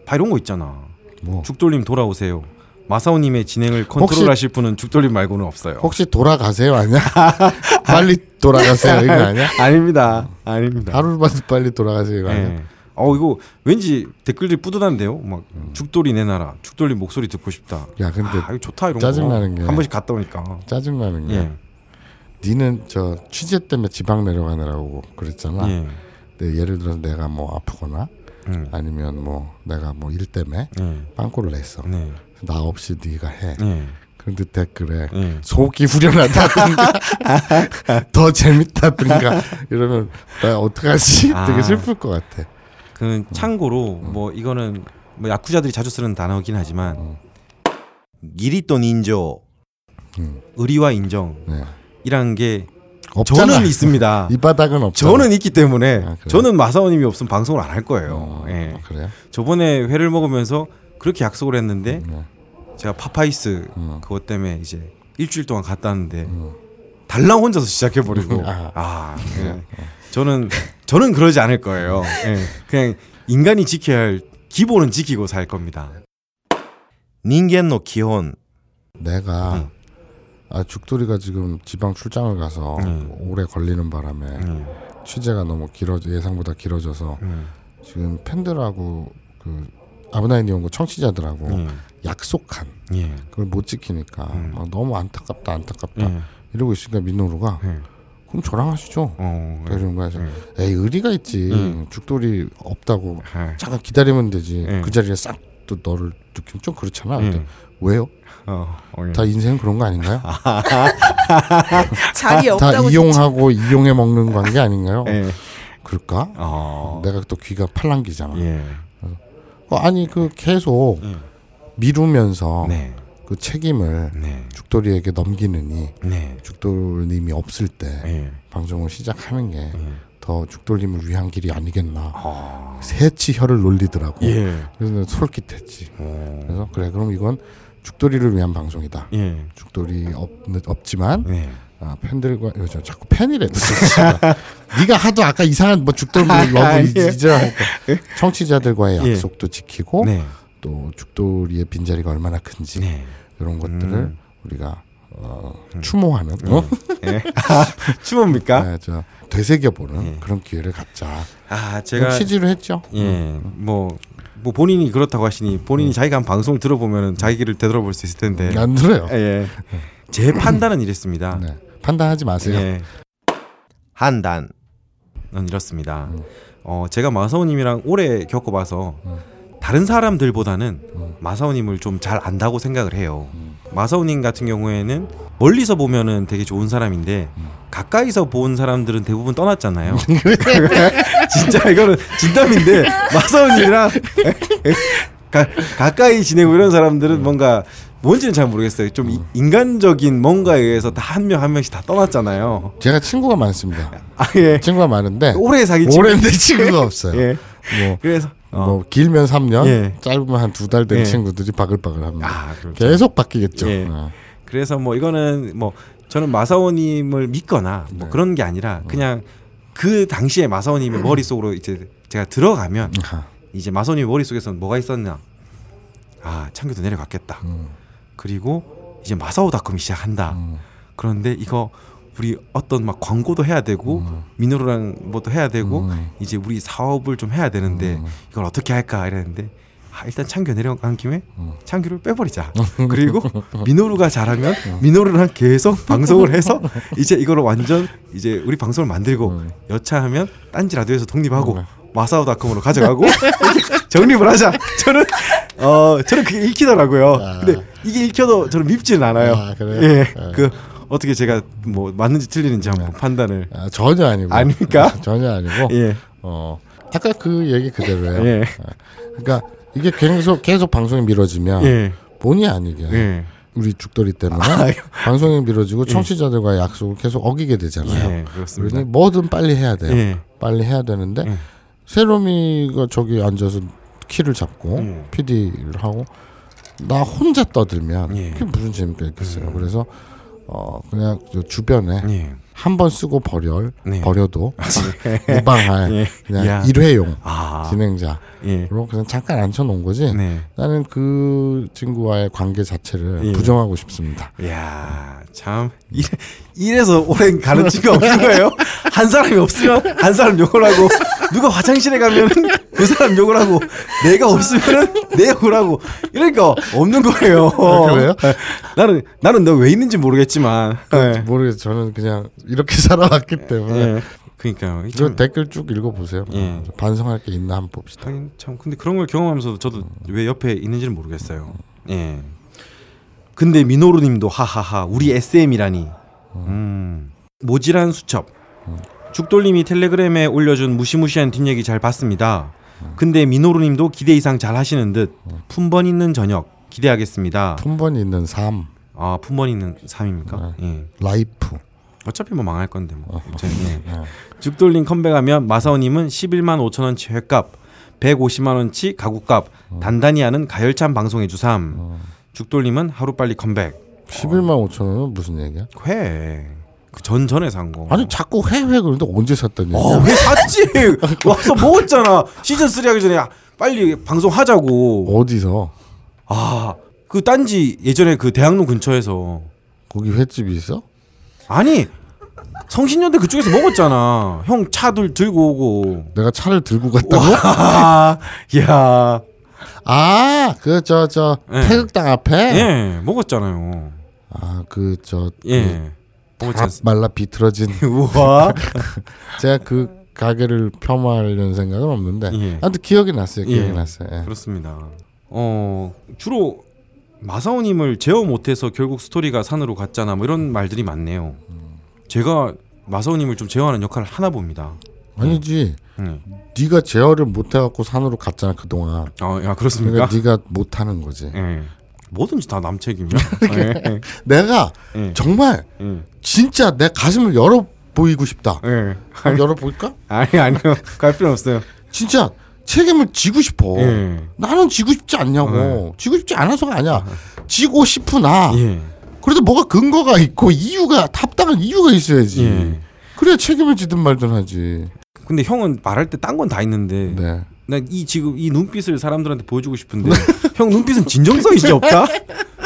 S3: 바 이런 거 있잖아.
S1: 음. 뭐
S3: 죽돌님 돌아오세요. 마사오님의 진행을 컨트롤하실 분은 죽돌님 말고는 없어요.
S1: 혹시 돌아가세요 아니야 빨리 돌아가세요 이거 아니야
S3: 아닙니다. 아닙니다.
S1: 하루라도 빨리 돌아가세요 이거 아니야
S3: 예. 어 이거 왠지 댓글들이 뿌듯한데요. 막 죽돌이 내놔라. 죽돌님 목소리 듣고 싶다.
S1: 음. 야 근데
S3: 아, 이거 좋다 이런
S1: 짜증나는
S3: 거.
S1: 게- 네.
S3: 한 번씩 갔다 오니까.
S1: 짜증나는 게
S3: 예.
S1: 니는 저 취재 때문에 지방 내려가느라고 그랬잖아
S3: 예.
S1: 근데 예를 들어서 내가 뭐 아프거나
S3: 음.
S1: 아니면 뭐 내가 뭐 일 때문에
S3: 예.
S1: 빵꾸를 냈어
S3: 네.
S1: 나 없이 네가 해
S3: 예.
S1: 그런데 댓글에
S3: 예.
S1: 속이 후련하다든가 더 재밌다든가 이러면 나 어떡하지
S3: 아.
S1: 되게 슬플 것 같아 음.
S3: 그 참고로 뭐 이거는 뭐 야쿠자들이 자주 쓰는 단어긴 하지만
S1: 음.
S4: 義理と人情
S1: 음.
S3: 의리와 인정이란
S1: 네.
S3: 게
S1: 없잖아
S3: 저는 있습니다.
S1: 이 바닥은 없잖아
S3: 저는 있기 때문에
S1: 아, 그래요?
S3: 저는 마사오님이 없으면 방송을 안 할 거예요.
S1: 어,
S3: 예.
S1: 그래요
S3: 저번에 회를 먹으면서 그렇게 약속을 했는데
S1: 네.
S3: 제가 파파이스
S1: 음.
S3: 그것 때문에 이제 일주일 동안 갔다 왔는데 달랑 혼자서 시작해 버리고
S1: 아.
S3: 음. 아 예. 저는 저는 그러지 않을 거예요. 예. 그냥 인간이 지켜야 할 기본은 지키고 살 겁니다.
S4: 人間の基本
S1: 내가 아 죽돌이가 지금 지방 출장을 가서
S3: 음.
S1: 오래 걸리는 바람에
S3: 음.
S1: 취재가 너무 길어 예상보다 길어져서
S3: 음.
S1: 지금 팬들하고 그 아브나인 이온 거 청취자들하고
S3: 예.
S1: 약속한
S3: 예.
S1: 그걸 못 지키니까
S3: 음.
S1: 막 너무 안타깝다 안타깝다
S3: 예.
S1: 이러고 있으니까 민호루가
S3: 예.
S1: 그럼 저랑 하시죠.
S3: 어. 예.
S1: 그러는 거야. 그래서
S3: 음.
S1: 에이 의리가 있지.
S3: 음.
S1: 죽돌이 없다고
S3: 예.
S1: 잠깐 기다리면 되지.
S3: 음.
S1: 그 자리에 싹 또 너를 느낌 좀 그렇잖아. 근데
S3: 음.
S1: 왜요?
S3: 어. 어, 예.
S1: 다 인생 그런 거 아닌가요?
S2: 자리
S1: 다
S2: 없다고
S1: 이용하고 이용해 먹는 관계 아닌가요?
S3: 예.
S1: 그럴까?
S3: 어.
S1: 내가 또 귀가 팔랑기잖아.
S3: 예.
S1: 어, 아니 그 계속
S3: 음.
S1: 미루면서
S3: 네.
S1: 그 책임을
S3: 네.
S1: 죽돌이에게 넘기느니
S3: 네.
S1: 죽돌님이 없을 때
S3: 예.
S1: 방송을 시작하는 게
S3: 음.
S1: 더 죽돌림을 위한 길이 아니겠나.
S3: 아.
S1: 새치 혀를 놀리더라고.
S3: 예.
S1: 그래서 내가 솔깃했지.
S3: 네.
S1: 그래서 그래 그럼 이건 죽돌이를 위한 방송이다.
S3: 예.
S1: 죽돌이 없, 없지만
S3: 예.
S1: 아, 팬들과 요즘 자꾸 팬이래. 네가 하도 아까 이상한 뭐 죽돌 뭐
S3: 아,
S1: 러브
S3: 예.
S1: 잊으라 하니까 청취자들과의
S3: 예.
S1: 약속도 지키고
S3: 네.
S1: 또 죽돌이의 빈자리가 얼마나 큰지
S3: 네. 음.
S1: 이런 것들을
S4: 음.
S1: 우리가 어, 추모하는 어?
S3: 추모입니까?
S1: 아, 저 되새겨보는
S3: 예.
S1: 그런 기회를 갖자.
S3: 아,
S1: 제가 취지로 했죠.
S3: 예. 뭐, 뭐 본인이 그렇다고 하시니 본인이 자기가 한 방송을 들어보면 자기를 되돌아볼 수 있을 텐데.
S1: 안 들어요.
S3: 예. 제 판단은 이랬습니다.
S1: 네. 판단하지 마세요.
S3: 예.
S4: 판단
S3: 는 이렇습니다.
S1: 음.
S3: 어, 제가 마사오님이랑 오래 겪어봐서
S1: 음.
S3: 다른 사람들보다는
S1: 음.
S3: 마사오님을 좀 잘 안다고 생각을 해요. 마사오님 같은 경우에는 멀리서 보면은 되게 좋은 사람인데
S1: 음.
S3: 가까이서 본 사람들은 대부분 떠났잖아요. 진짜 이거는 진담인데 마사오님이랑 가, 가까이 지내고 이런
S1: 음.
S3: 사람들은 뭔가 뭔지는 잘 모르겠어요. 좀 이- 인간적인 뭔가에 의해서 다 한 명 한 명씩 다 떠났잖아요.
S1: 제가 친구가 많습니다.
S3: 아 예.
S1: 친구가 많은데
S3: 오래 사귄 친구.
S1: 오랜데 친구가 없어요.
S3: 예.
S1: 뭐,
S3: 그래서 어.
S1: 뭐 길면 3년,
S3: 예.
S1: 짧으면 한 두 달 된
S3: 예.
S1: 친구들이 바글바글합니다.
S3: 아, 그렇죠.
S1: 계속 바뀌겠죠.
S3: 예.
S1: 어.
S3: 그래서 뭐 이거는 뭐 저는 마사오님을 믿거나 뭐
S1: 네.
S3: 그런 게 아니라 그냥 그 당시에 마사오님의 머릿속으로 이제 제가 들어가면
S1: 아하.
S3: 이제 마사오님 머릿속에서는 뭐가 있었냐 아 창규도 내려갔겠다
S1: 음,
S3: 그리고 이제 마사오 닷컴이 시작한다
S1: 음.
S3: 그런데 이거 우리 어떤 막 광고도 해야 되고 미노루랑 뭐도 해야 되고
S1: 음.
S3: 이제 우리 사업을 좀 해야 되는데 이걸 어떻게 할까 이랬는데 아, 일단 창규 내려간 김에
S1: 음.
S3: 창규를 빼버리자 그리고 미노루가 잘하면
S1: 음.
S3: 미노루랑 계속 방송을 해서 이제 이걸 완전 이제 우리 방송을 만들고
S1: 음.
S3: 여차하면 딴지 라디오에서 독립하고 마사오닷컴으로 가져가고 이렇게 정립을 하자 저는 어 저는 그게 읽히더라고요 근데 이게 읽혀도 저는 밉지는 않아요
S1: 아, 그래요?
S3: 예.
S1: 아.
S3: 그 어떻게 제가 뭐 맞는지 틀리는지 한번 판단을
S1: 아, 전혀 아니고
S3: 아닙니까?
S1: 아, 전혀 아니고
S3: 예.
S1: 어, 아까 그 얘기 그대로예요.
S3: 예.
S1: 아, 그러니까 이게 계속 계속 방송이 미뤄지면
S3: 예.
S1: 본의 아니게
S3: 예. 아,
S1: 우리 죽돌이 때문에 방송이 미뤄지고 청취자들과의 약속을 계속 어기게 되잖아요.
S3: 예. 그렇습니다.
S1: 그러니 뭐든 빨리 해야 돼요.
S3: 예.
S1: 빨리 해야 되는데
S3: 예.
S1: 세롬이가 저기 앉아서 키를 잡고
S3: 예.
S1: PD를 하고 나 혼자 떠들면
S3: 예.
S1: 그게 무슨 재미가 있겠어요. 그래서 어 그냥 저 주변에
S3: 예.
S1: 한 번 쓰고 버려
S3: 네.
S1: 버려도 무방할
S3: 예.
S1: 그냥
S3: 야.
S1: 일회용
S3: 아.
S1: 진행자
S3: 예.
S1: 그리고 그냥 잠깐 앉혀놓은 거지.
S3: 네.
S1: 나는 그 친구와의 관계 자체를
S3: 예.
S1: 부정하고 싶습니다.
S3: 야, 참 이래, 이래서 오랜 가르침가 없는 거예요. 한 사람이 없으면 한 사람 욕을 하고 누가 화장실에 가면 그 사람 욕을 하고 내가 없으면 내 욕을 하고 이러니까 없는 거예요.
S1: 그래요?
S3: 나는 나는 너 왜 있는지 모르겠지만. 예.
S1: 모르겠어요. 저는 그냥 이렇게 살아왔기 때문에.
S3: 예. 그러니까요.
S1: 저
S3: 참,
S1: 댓글 쭉 읽어보세요.
S3: 음.
S1: 음,
S3: 예.
S1: 반성할 게 있나 한번 봅시다.
S3: 하긴 참 근데 그런 걸 경험하면서 저도 왜 옆에 있는지는 모르겠어요. 예. 근데 미노루님도 하하하 우리 SM이라니. 음. 모질한 수첩. 죽돌님이 텔레그램에 올려준 무시무시한 뒷얘기 잘 봤습니다. 근데 미노루님도 기대 이상 잘 하시는 듯 품번 있는 저녁 기대하겠습니다.
S1: 품번 있는 삶,
S3: 아 품번 있는 삶입니까? 예.
S1: 라이프.
S3: 어차피 뭐 망할 건데 뭐. 아무튼, 예.
S1: 어.
S3: 죽돌린 컴백하면 마사오님은 11만 5천 원치 회값, 150만 원치 가구값
S1: 어.
S3: 단단히 하는 가열찬 방송해 주삼. 죽돌님은 하루 빨리 컴백.
S1: 11만 5천 원은 무슨 얘기야?
S3: 회. 그 전 전에 산 거.
S1: 아니 자꾸 회회 그런데 언제 샀단 얘기야?
S3: 어, 회 샀지. 와서 먹었잖아. 시즌 3 하기 전에 야, 빨리 방송 하자고.
S1: 어디서?
S3: 아, 그 딴지 예전에 그 대학로 근처에서
S1: 거기 횟집이 있어?
S3: 아니 성신여대 그쪽에서 먹었잖아. 형 차들 들고 오고.
S1: 내가 차를 들고 갔다고?
S3: 와, 아, 야,
S1: 아, 그 저 저
S3: 예.
S1: 태극당 앞에.
S3: 예, 먹었잖아요.
S1: 아, 그저 음.
S3: 예. 먹었지
S1: 다
S3: 않습니까? 예.
S1: 말라 비틀어진
S3: 우와.
S1: 제가 그 가게를 폄하하려는 생각은 없는데
S3: 예.
S1: 아무튼 기억이 났어요 기억이
S3: 예.
S1: 났어요 예.
S3: 그렇습니다. 어, 주로 마사오님을 제어 못해서 결국 스토리가 산으로 갔잖아. 뭐 이런 말들이 많네요. 제가 마사오님을 좀 제어하는 역할을 하나 봅니다.
S1: 아니지
S3: 음.
S1: 네가 제어를 못 해갖고 산으로 갔잖아 그동안
S3: 아, 야 그렇습니까?
S1: 그러니까 네가 못하는 거지
S3: 예. 뭐든지 다 남책이면. 예.
S1: 내가
S3: 예.
S1: 정말
S3: 예.
S1: 진짜 내 가슴을 열어 보이고 싶다.
S3: 예.
S1: 그럼 열어볼까?
S3: 아니 아니요. 갈 필요 없어요.
S1: 진짜 책임을 지고 싶어.
S3: 예.
S1: 나는 지고 싶지 않냐고.
S3: 네.
S1: 지고 싶지 않아서가 아니야. 지고 싶으나
S3: 예.
S1: 그래도 뭐가 근거가 있고 이유가 합당한 이유가 있어야지.
S3: 예.
S1: 그래야 책임을 지든 말든 하지.
S3: 근데 형은 말할 때 딴 건 다 있는데
S1: 네.
S3: 난 이 지금 이 눈빛을 사람들한테 보여주고 싶은데 형 눈빛은 진정성이 진짜 없다.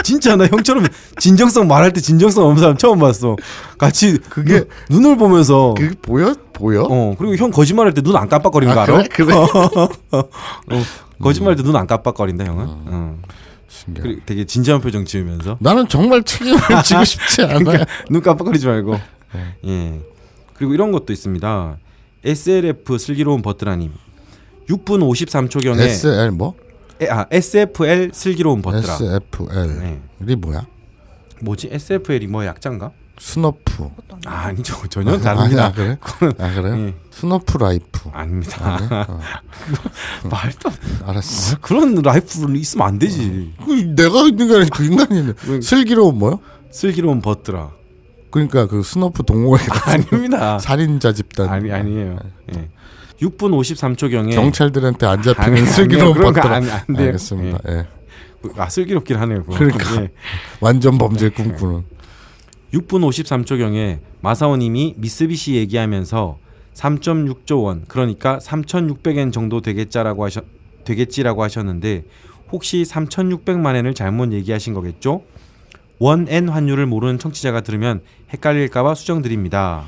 S3: 진짜 나 형처럼 진정성 말할 때 진정성 없는 사람 처음 봤어. 같이 그게 눈을 보면서
S1: 그게 보여? 보여?
S3: 어 그리고 형 거짓말할 때 눈 안 깜빡거리는 거
S1: 아,
S3: 알아?
S1: 그래? 그래?
S3: 어, 거짓말할 때 눈 안 깜빡거린다 형은. 어.
S1: 신기하다.
S3: 그리고 되게 진지한 표정 지으면서
S1: 나는 정말 책임을 지고 싶지 않아.
S3: 그러니까 눈 깜빡거리지 말고.
S1: 네.
S3: 예. 그리고 이런 것도 있습니다. SLF 슬기로운 버트라님. 6분 53초경에
S1: SL 뭐?
S3: 아, SFL 슬기로운 버트라.
S1: SFL.
S3: 네.
S1: 이게 뭐야?
S3: 뭐지? SFL이 뭐 약자인가?
S1: 스너프.
S3: 아, 아니죠. 전혀
S1: 아니야,
S3: 다릅니다.
S1: 그래? 아 네. 그래요?
S3: 예.
S1: 스너프 라이프.
S3: 아닙니다. 말도 안-
S1: 알았어.
S3: 그런 라이프 있으면 안 되지.
S1: 그 내가 있는 게 아니라 그 인간이
S3: 왜-
S1: 있는. 슬기로운 뭐요?
S3: 슬기로운 버트라.
S1: 그러니까 그 스너프 동호회
S3: 아닙니다.
S1: 살인자 집단.
S3: 아니 아니에요. 예. 6분 53초경에
S1: 네. 경찰들한테 안
S3: 아니,
S1: 잡히는
S3: 아니요.
S1: 슬기로운
S3: 그런 거
S1: 버튼.
S3: 아니, 안 돼요.
S1: 알겠습니다. 예.
S3: 아 슬기롭긴 하네요. 그거.
S1: 그러니까.
S3: 예.
S1: 완전 범죄 꿈꾸는.
S3: 6분 53초경에 마사오님이 미쓰비시 얘기하면서 3.6조 원 그러니까 3,600엔 정도 되겠자라고 하셨 되겠지라고 하셨는데 혹시 3,600만 엔을 잘못 얘기하신 거겠죠? 원엔 환율을 모르는 청취자가 들으면 헷갈릴까봐 수정드립니다.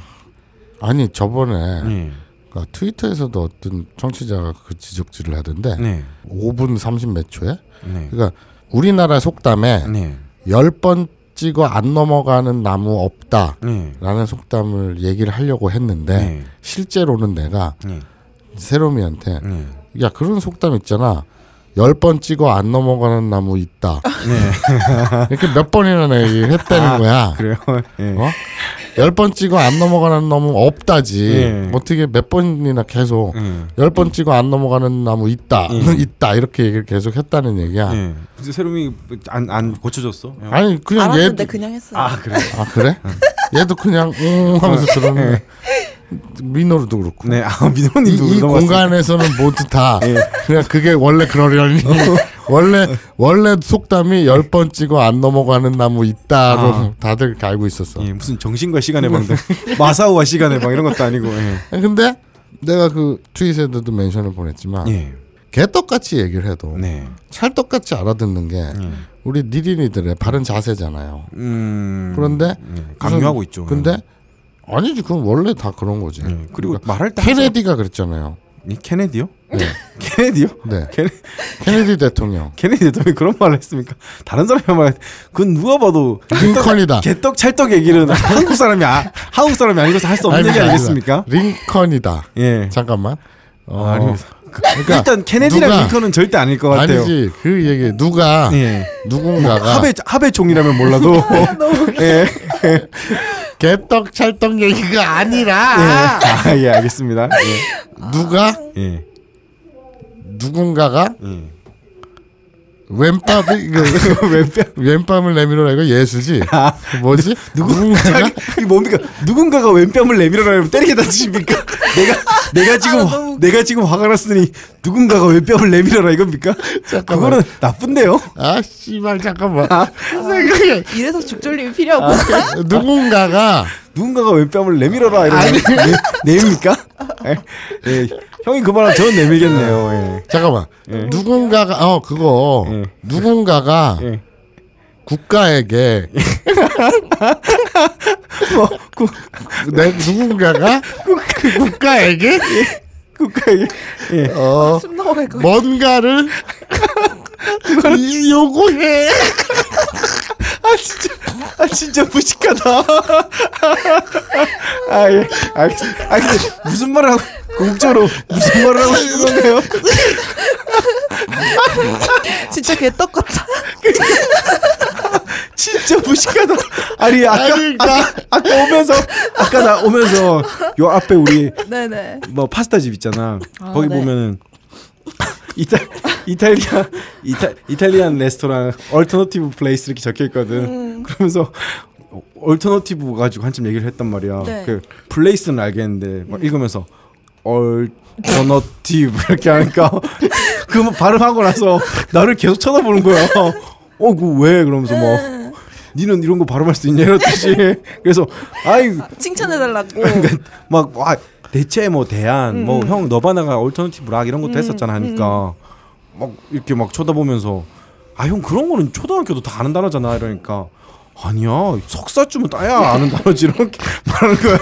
S1: 아니 저번에
S3: 네,
S1: 그러니까 트위터에서도 어떤 청취자가 그 지적질을 하던데
S3: 네,
S1: 5분 30 몇 초에
S3: 네,
S1: 그러니까 우리나라 속담에
S3: 네,
S1: 10번 찍어 안 넘어가는 나무 없다.
S3: 네,
S1: 라는 속담을 얘기를 하려고 했는데
S3: 네.
S1: 실제로는 내가
S3: 네,
S1: 세롬이한테
S3: 네,
S1: 야 그런 속담 있잖아. 열 번 찍어 안 넘어가는 나무 있다.
S3: 네. 아,
S1: 이렇게 몇 번이나 내가 얘기를 했다는 거야.
S3: 그래요. 네.
S1: 어? 열 번 찍어 안 넘어가는 나무 없다지.
S3: 예.
S1: 어떻게 몇 번이나 계속
S3: 네.
S1: 열 번 찍어 안 넘어가는 나무 있다.
S3: 예.
S1: 있다. 이렇게 얘기를 계속 했다는 얘기야.
S3: 네. 근데 새롬이 안, 안 고쳐줬어?
S1: 아니 그냥
S2: 알았는데
S1: 얘도
S2: 그냥 했어요.
S3: 아 그래.
S1: 아 그래?
S3: 네.
S1: 얘도 그냥 응
S3: 어.
S1: 하면서 들었네. 민호도 그렇고.
S3: 네, 아
S1: 이,
S3: 민호님도
S1: 이
S3: 넘어갔어요.
S1: 공간에서는 모두 다
S3: 예.
S1: 그냥 그게 원래 그러려니
S3: 어.
S1: 원래 원래 속담이 열 번 찍어 안 넘어가는 나무 있다로
S3: 아.
S1: 다들 이렇게 알고 있었어.
S3: 예, 무슨 정신과 시간의 방들 마사오와 시간의 방 이런 것도 아니고 예.
S1: 근데 내가 그 트윗에도 멘션을 보냈지만
S3: 예.
S1: 개떡같이 얘기를 해도
S3: 네. 예.
S1: 찰떡같이 알아듣는 게 우리 니린이들의 바른 자세잖아요.
S3: 음.
S1: 그런데
S3: 예, 강요하고 있죠.
S1: 근데 아니지 그건 원래 다 그런 거지.
S3: 예. 그리고 말할 때 항상-
S1: 그러니까 케네디가 그랬잖아요.
S3: 이 케네디요? 케네디요?
S1: 네.
S3: 케네
S1: 케네디 대통령.
S3: 케네디 대통령이 그런 말을 했습니까? 다른 사람이 말 그건 누가 봐도
S1: 링컨이다. 네.
S3: 개떡 찰떡 얘기는 한국 사람이 아, 한국 사람이 아니고서 할 수 없는 얘기
S1: 아닙니다,
S3: 아니겠습니까?
S1: 아닙니다. 링컨이다.
S3: 예.
S1: 잠깐만. 어,
S3: 아, 아닙니다.
S1: 그러니까
S3: 일단 케네디랑
S1: 누가-
S3: 링컨은 절대 아닐 것 같아요.
S1: 아니지 아. 그 얘기 누가
S3: 예.
S1: 누군가가
S3: 하베 하베 종이라면 몰라도 예.
S1: 개떡 찰떡 얘기가
S3: 예.
S1: 아니라
S3: 아, 예, 알겠습니다. 예.
S1: 누가
S3: 예.
S1: 누군가가
S3: 예.
S1: 왼밥이 그,
S3: 왼뺨
S1: 왼밤을 내밀어라 이거 예수지
S3: 아,
S1: 뭐지 누군가가
S3: 이 뭡니까? 누군가가 왼뺨을 내밀어라면 때리겠다 뜻입니까? 내가 내가 지금
S2: 아,
S3: 화-
S2: 너무
S3: 내가 지금 화가 났으니 누군가가 왼뺨을 내밀어라 이겁니까?
S1: 잠깐만.
S3: 그거는 나쁜데요.
S1: 아 씨발 잠깐만
S3: 아.
S1: 생각해
S2: 이래서 죽졸림이 필요하고
S1: 아. 누군가가
S3: 누군가가 왼뺨을 내밀어라 이러면 내, 내입니까? 예, 예, 형이 그만하면 저는 내밀겠네요. 예.
S1: 잠깐만 누군가가 어 그거
S3: 예.
S1: 누군가가
S3: 예.
S1: 국가에게
S3: 뭐 구,
S1: 내 누군가가 그 국가에게
S3: 국가에 예.
S1: 어
S2: 숨 넘어갈 거 같아.
S1: 뭔가를 이- 요구해
S3: 아 진짜 아 진짜 무식하다. 아 예. 알겠습니다. 아 근데 무슨 말을 하고 공적으로 무슨 말을 하고 싶은 건데요?
S2: 진짜 개떡 같아.
S3: 진짜 무식하다. 아니 아까
S1: 아니까
S3: 아까 오면서 아까 나 오면서 요 앞에 우리
S2: 네네.
S3: 뭐 파스타 집 있잖아.
S2: 아,
S3: 거기
S2: 네.
S3: 보면은 이타 이탈리아
S2: 음.
S3: 이타 이탈리안 레스토랑 얼터너티브 플레이스 이렇게 적혀 있거든. 그러면서 얼터너티브 가지고 한참 얘기를 했단 말이야.
S2: 네. 음.
S3: 그 플레이스는 알겠는데 막 읽으면서 얼터너티브 이렇게 하니까 그 발음하고 나서 나를 계속 쳐다보는 거야. 어, 그왜 그러면서 뭐
S2: 음.
S3: 니는 이런 거 발음할 수 있냐 이랬듯이 그래서 아이
S2: 칭찬해달라고.
S3: 그러니까. 막 와, 대체 뭐 대안 뭐 형 너바나가 얼터너티브 락 이런 것도 했었잖아 하니까 막 이렇게 막 쳐다보면서 아 형 그런 거는 초등학교도 다 아는 단어잖아 이러니까 아니야 석사쯤은 따야 아는 단어지 이렇게 말하는 거야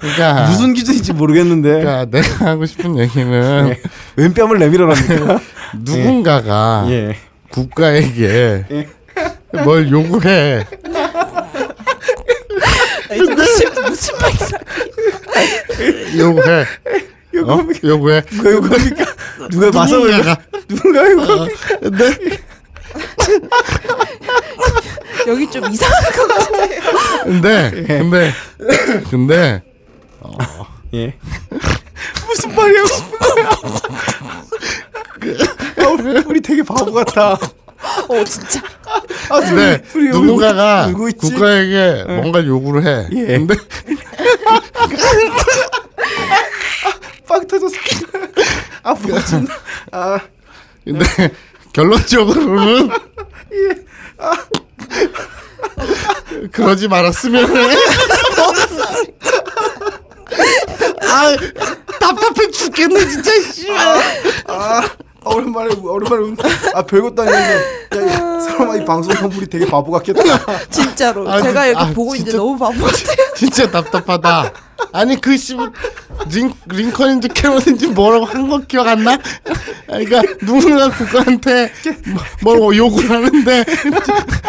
S1: 그러니까
S3: 무슨 기준인지 모르겠는데
S1: 그러니까 내가 하고 싶은 얘기는
S3: 예. 왼 뺨을 내밀어라니까
S1: 누군가가
S3: 예
S1: 국가에게 뭘 요구해.
S2: 무슨 무슨 말이야?
S1: 요구해. 어? 요구해.
S3: 그거 이거니까 누가 아. 봐서
S1: 누군가가
S3: 누가 이거
S2: 여기 좀 이상한 것 같아요.
S1: 근데 근데 근데
S3: 예 무슨 말이야 무슨 거야 아, 우리 되게 바보 같아
S2: 어 진짜.
S3: 아,
S1: 근데
S3: 우리 울고
S1: 누군가가
S3: 있- 울고 있지?
S1: 국가에게 뭔가 요구를 해.
S3: 예.
S1: 근데
S3: 빵 터졌어. 아 부러진. 아
S1: 근데 결론적으로는
S3: 예. 아.
S1: 그러지 말았으면 해. 아 답답해 죽겠네 진짜 씨발.
S3: 아, 오랜만에 우- 오랜만에 운. 아 별것도 아니고 야, 이 사람아 이 방송 환불이 되게 바보 같겠다.
S2: 진짜로
S1: 아,
S2: 제가
S1: 진-
S2: 이렇게
S1: 아,
S2: 보고 있는데
S1: 진짜-
S2: 너무 바보 같아요.
S1: 진짜 답답하다. 아니 그 씨, 링 링컨인지 캐롯인지 뭐라고 한 거 기억 안 나? 그러니까 누군가 국가한테 뭐- 뭘 욕을 하는데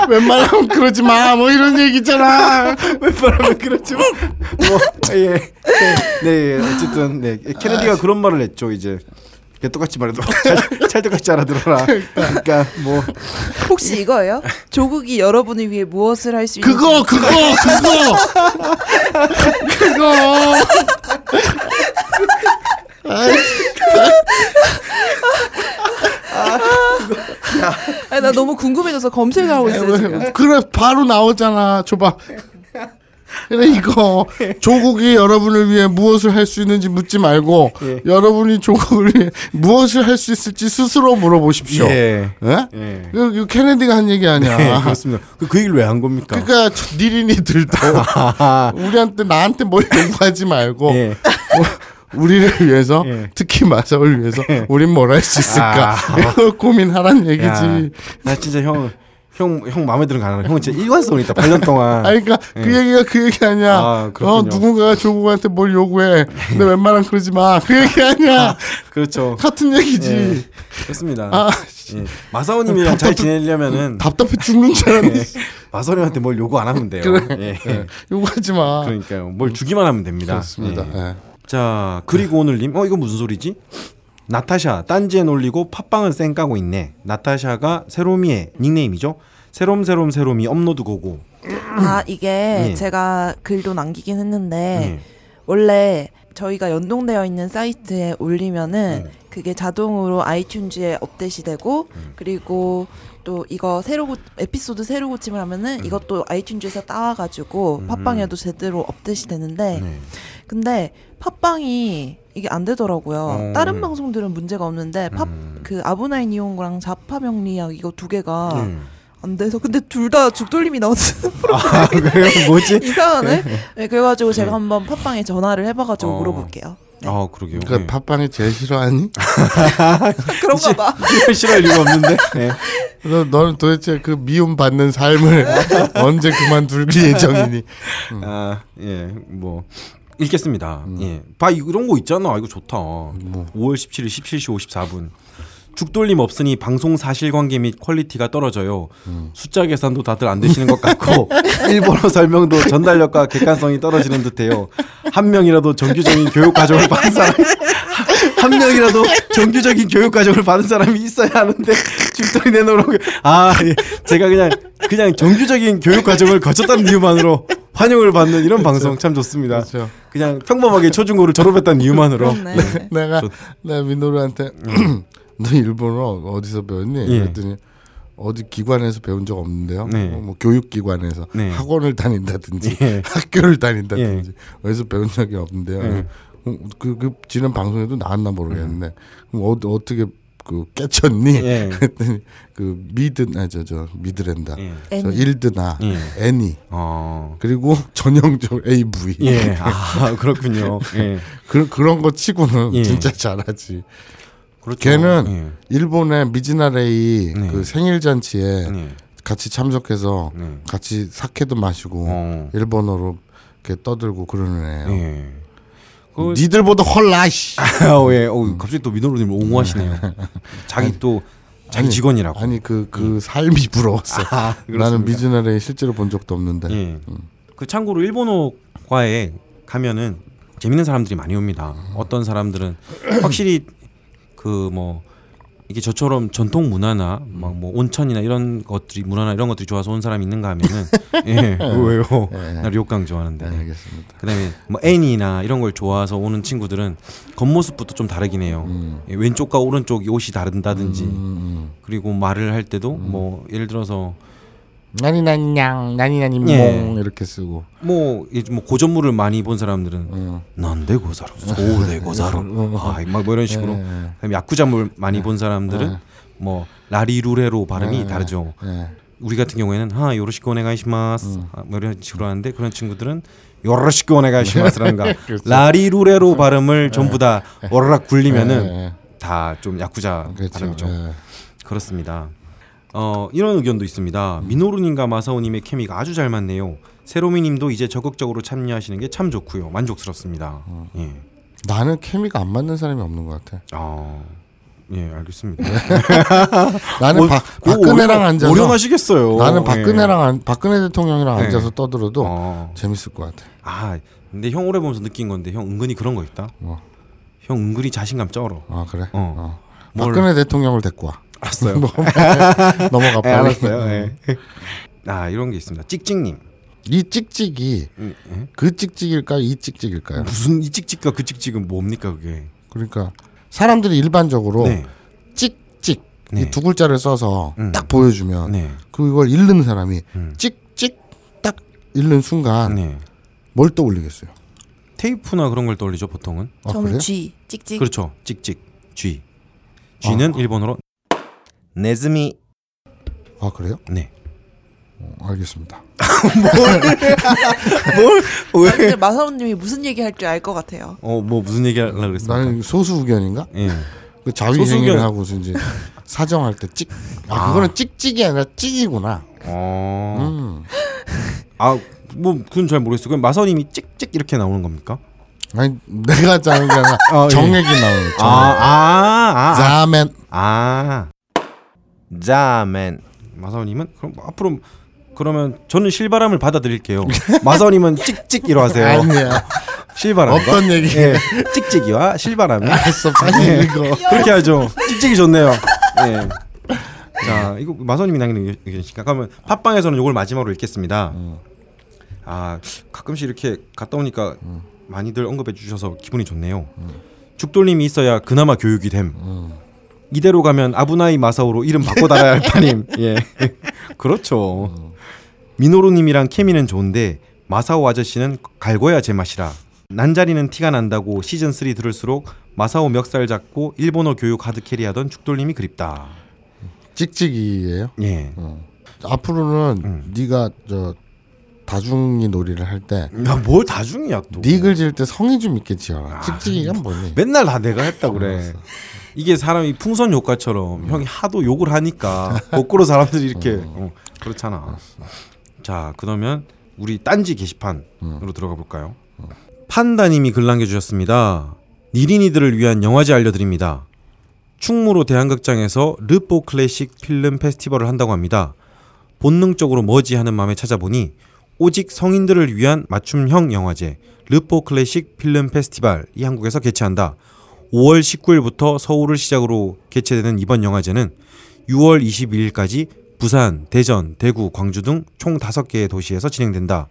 S1: 웬만하면 그러지 마 뭐 이런 얘기잖아.
S3: 웬만하면 그렇죠. 뭐 예. 네, 네, 예. 어쨌든 네 케네디가 그런 말을 했죠 이제. 예, 똑같이 말해도 찰- 찰떡같이 알아들어라. 그러니까 뭐
S2: 혹시 이거예요? 조국이 여러분을 위해 무엇을 할 수 있는지
S1: 그거 그거 그거 그거.
S2: 아니, 나 너무 궁금해져서 검색을 하고
S1: 네,
S2: 있어요 지금.
S1: 그래 바로 나오잖아. 줘봐. 그래 이거 조국이 여러분을 위해 무엇을 할 수 있는지 묻지 말고
S3: 예.
S1: 여러분이 조국을 위해 무엇을 할 수 있을지 스스로 물어보십시오. 예?
S3: 예. 예.
S1: 이거, 이거 케네디가 한 얘기 아니야.
S3: 네, 그렇습니다. 그, 그 얘기를 왜 한 겁니까?
S1: 그러니까 저 니린이들도
S3: 아하.
S1: 우리한테 나한테 뭘 요구하지 말고
S3: 예.
S1: 우- 우리를 위해서
S3: 예.
S1: 특히 마사오를 위해서 우린 뭘 할 수 있을까
S3: 아.
S1: 이거 고민하란 얘기지.
S3: 야, 나 진짜 형, 형, 형 마음에 드는 거 하나. 형은 진짜 일관성이 있다. 8년 동안.
S1: 아니, 그러니까 그 얘기가 그 얘기 아니야.
S3: 예. 아,
S1: 어,
S3: 그렇군요.
S1: 누군가가 조국한테 뭘 요구해. 근데 웬만하면 그러지 마. 그 얘기 아니야.
S3: 그렇죠.
S1: 같은
S3: 예,
S1: 얘기지.
S3: 그렇습니다.
S1: 아,
S3: 예. 마사오님이랑 잘 지내려면은
S1: 답답해 죽는 줄
S3: 예,
S1: 알았는데.
S3: 마사오님한테 뭘 요구 안 하면 돼요.
S1: 그
S3: 예.
S1: 요구하지 마.
S3: 그러니까요. 뭘 주기만 하면 됩니다.
S1: 아. 그렇습니다.
S3: 예.
S1: 예.
S3: 자 그리고 오늘님, 어 이거 무슨 소리지? 나타샤 딴지에 놀리고 팟빵은 쌩 까고 있네. 나타샤가 세롬이의 닉네임이죠. 세롬 세롬 세롬이 업로드 고고.
S2: 아 이게
S3: 예.
S2: 제가 글도 남기긴 했는데
S3: 예.
S2: 원래 저희가 연동되어 있는 사이트에 올리면은
S3: 네.
S2: 그게 자동으로 아이튠즈에 업데이트 되고
S3: 음.
S2: 그리고 또 이거 새로 고, 에피소드 새로 고침을 하면은
S3: 음.
S2: 이것도 아이튠즈에서 따와가지고 팟빵에도 제대로 업데이트 되는데
S3: 네.
S2: 근데 팟빵이 이게 안 되더라고요.
S3: 어,
S2: 다른
S3: 네.
S2: 방송들은 문제가 없는데 팟,
S3: 음.
S2: 그 아브나인 이온거랑 자파명리학 이거 두 개가
S3: 음.
S2: 안 돼서 근데 둘 다 죽돌림이 나왔어.
S3: 아 그래요? 뭐지?
S2: 이상하네. 네, 그래가지고 제가 한번 팟빵에 전화를 해봐가지고
S3: 어.
S2: 물어볼게요.
S3: 아 그러게요.
S1: 그러니까 팟빵이 제일 싫어하니?
S2: 그런가 봐.
S3: 예. 싫어할 이유가 없는데. 예.
S1: 그래서 너는 도대체 그 미움 받는 삶을 언제 그만둘 예정이니?
S3: 아, 예, 뭐 읽겠습니다. 예, 봐 이런 거 있잖아. 이거 좋다. 5월 17일 17시 54분. 죽돌림 없으니 방송 사실관계 및 퀄리티가 떨어져요.
S1: 음.
S3: 숫자 계산도 다들 안 되시는 것 같고 일본어 설명도 전달력과 객관성이 떨어지는 듯해요. 한 명이라도 정규적인 교육 과정을 받은 사람 한 명이라도 정규적인 교육 과정을 받은 사람이 있어야 하는데 죽돌이 내놓으라고 아 예. 제가 그냥 그냥 정규적인 교육 과정을 거쳤다는 이유만으로 환영을 받는 이런 방송 참 좋습니다.
S1: 그렇죠.
S3: 그냥 평범하게 초중고를 졸업했다는 이유만으로
S2: 그렇네.
S1: 내가 내가 민호루한테 너 일본어 어디서 배웠니?
S3: 음. 예.
S1: 그랬더니 어디 기관에서 배운 적 없는데요.
S3: 네.
S1: 뭐, 뭐 교육기관에서
S3: 네.
S1: 학원을 다닌다든지
S3: 예.
S1: 학교를 다닌다든지 어디서 배운 적이 없는데요.
S3: 예. 음.
S1: 음, 그, 그 지난 방송에도 나왔나 모르겠는데 그럼 어, 어떻게 그 깨쳤니?
S3: 예.
S1: 그랬더니 그 미드 아저 저 미드랜다
S3: 예.
S1: 저
S2: 애니.
S1: 일드나
S3: 예.
S1: 애니
S3: 어.
S1: 그리고 전형적 AV
S3: 예. 아, 그렇군요. 예.
S1: 그, 그런 거 치고는
S3: 예.
S1: 진짜 잘하지.
S3: 그렇죠.
S1: 걔는 일본의 미즈나레이
S3: 네.
S1: 그 생일 잔치에
S3: 예. 예.
S1: 같이 참석해서
S3: 네.
S1: 같이 사케도 마시고
S3: 어.
S1: 일본어로 이렇게 떠들고 그러는 애예요.
S3: 예. 그-
S1: 니들보다 헐라 씨.
S3: 아, 예. 어, 갑자기 또 민호로님 옹호하시네요. 자기 또 자기
S1: 아니,
S3: 직원이라고.
S1: 아니 그 그 삶이 부러웠어.
S3: 네. 아,
S1: 나는
S3: 그렇습니까?
S1: 미즈나레이 실제로 본 적도 없는데.
S3: 예. 그 참고로 일본어과에 가면은 재밌는 사람들이 많이 옵니다. 어떤 사람들은 확실히 그 뭐 이게 저처럼 전통 문화나 막 뭐 온천이나 이런 것들이 문화나 이런 것들이 좋아서 온 사람이 있는가 하면은 예 왜요? 나 료강 좋아하는데.
S1: 네, 알겠습니다.
S3: 그다음에 뭐 애니나 이런 걸 좋아서 오는 친구들은 겉모습부터 좀 다르긴 해요.
S1: 음.
S3: 예, 왼쪽과 오른쪽이 옷이 다른다든지 그리고 말을 할 때도
S1: 음.
S3: 뭐 예를 들어서
S1: 나니 나니 냥 나니 나니 몽
S3: 예.
S1: 이렇게 쓰고.
S3: 뭐, 이제 뭐 고전물을 많이 본 사람들은
S1: 음.
S3: 난데 고사로 소대 고사로 아막뭐 이런 식으로
S1: 예.
S3: 그다음에 야쿠자물 많이 본 사람들은 뭐 라리루레로 발음이 다르죠.
S1: 예.
S3: 우리 같은 경우에는 하 요로시코 오네가이시마스
S1: 음.
S3: 아, 뭐 이런 식으로 하는데 그런 친구들은 요로시코 오네가이시마스라는가
S1: 그렇죠.
S3: 라리루레로
S1: 네.
S3: 발음을 전부 다 오르락 굴리면은
S1: 예.
S3: 다 좀 야쿠자
S1: 그렇죠.
S3: 발음이죠.
S1: 예.
S3: 그렇습니다. 어, 이런 의견도 있습니다.
S1: 음.
S3: 미노루님과 마사오님의 케미가 아주 잘 맞네요. 세로미님도 이제 적극적으로 참여하시는 게 참 좋고요. 만족스럽습니다.
S1: 음.
S3: 예.
S1: 나는 케미가 안 맞는 사람이 없는 것 같아.
S3: 아, 예, 알겠습니다.
S1: 나는
S3: 어,
S1: 바,
S3: 그거
S1: 박근혜랑
S3: 오려-
S1: 앉아서
S3: 오려하시겠어요. 예.
S1: 나는 박근혜랑 안- 박근혜 대통령이랑
S3: 네.
S1: 앉아서 떠들어도
S3: 어.
S1: 재밌을 것 같아.
S3: 아, 근데 형 오래 보면서 느낀 건데 형 은근히 그런 거 있다.
S1: 뭐.
S3: 형 은근히 자신감 쩔어.
S1: 아 그래.
S3: 어.
S1: 어.
S3: 뭘-
S1: 박근혜 대통령을 데리고 와.
S3: 알았어요.
S1: 뭐, 넘어가
S3: 예,
S1: 빨리.
S3: 알았어요. 예. 아, 이런 게 있습니다. 찍찍님.
S1: 이 찍찍이
S3: 음, 예?
S1: 그 찍찍일까 요이 찍찍일까요?
S3: 무슨 이 찍찍과 그 찍찍은 뭡니까 그게?
S1: 그러니까 사람들이 일반적으로
S3: 네.
S1: 찍찍
S3: 네.
S1: 이 두 글자를 써서
S3: 음.
S1: 딱 보여주면
S3: 네.
S1: 그걸 읽는 사람이
S3: 음.
S1: 찍찍 딱 읽는 순간
S3: 네.
S1: 뭘 떠올리겠어요?
S3: 테이프나 그런 걸 떠올리죠 보통은
S1: 아, 그래요?
S2: 저는 쥐 찍찍
S3: 그렇죠 찍찍 G G는 일본어로 네즈미
S1: 아 그래요?
S3: 네
S1: 어, 알겠습니다.
S2: 아, 근데 마사오님이 무슨 얘기할 줄 알 것 같아요.
S3: 어 뭐 무슨 얘기 하려고 그랬습니까
S1: 나는 소수 의견인가?
S3: 예
S1: 그 자위
S3: 네. 소수견.
S1: 행위를 하고서 이제 사정할 때 찍. 아, 그거는 찍찍이 아니라 찍이구나.
S3: 어...
S1: 음.
S3: 아뭐 그건 잘 모르겠어요 그럼 마선님이 찍찍 이렇게 나오는 겁니까
S1: 아니 내가 짜는 게 아니라
S3: 아, 예. 아,
S1: 정액이 나오는 거죠.
S3: 아아아
S1: 자맨
S3: 아.
S4: 자멘
S3: 마선님은 그럼 뭐 앞으로 그러면 저는 실바람을 받아들일게요 마선님은 찍찍 이로 하세요
S1: 아니야.
S3: 실바람
S1: 어떤 얘기?
S3: 예 찍찍이와 실바람이
S1: 알았어 빨리 읽어.
S3: 그렇게 하죠. 찍찍이 좋네요. 예. 자, 이거 마선님이 남긴 의견이니까 그러면 팟빵에서는 이걸 마지막으로 읽겠습니다. 아, 가끔씩 이렇게 갔다 오니까 많이들 언급해 주셔서 기분이 좋네요. 죽돌님이 있어야 그나마 교육이 됨. 이대로 가면 아부나이 마사오로 이름 바꿔 달아야 할 판임. 예. 그렇죠. 미노루님이랑 케미는 좋은데 마사오 아저씨는 갈궈야 제맛이라 난자리는 티가 난다고 시즌 3 들을수록 마사오 멱살 잡고 일본어 교육 하드캐리하던 죽돌님이 그립다.
S1: 찍찍이예요.
S3: 예.
S1: 앞으로는
S3: 음.
S1: 네가 저 다중이 놀이를 할 때
S3: 야뭘 다중이야 또.
S1: 닉을 지을 때 성이 좀 있게
S3: 아,
S1: 지어라. 찍찍이가 뭐니?
S3: 네. 맨날 다 내가 했다 그래. 이게 사람이 풍선 효과처럼 형이 하도 욕을 하니까 거꾸로 사람들이 이렇게 음. 어, 그렇잖아. 자 그러면 우리 딴지 게시판으로 음. 들어가 볼까요? 판다님이 글 남겨주셨습니다. 니린이들을 위한 영화제 알려드립니다. 충무로 대한극장에서 르포 클래식 필름 페스티벌을 한다고 합니다. 본능적으로 뭐지 하는 마음에 찾아보니 오직 성인들을 위한 맞춤형 영화제 르포 클래식 필름 페스티벌이 한국에서 개최한다. 5월 19일부터 서울을 시작으로 개최되는 이번 영화제는 6월 22일까지 부산, 대전, 대구, 광주 등 총 5개의 도시에서 진행된다.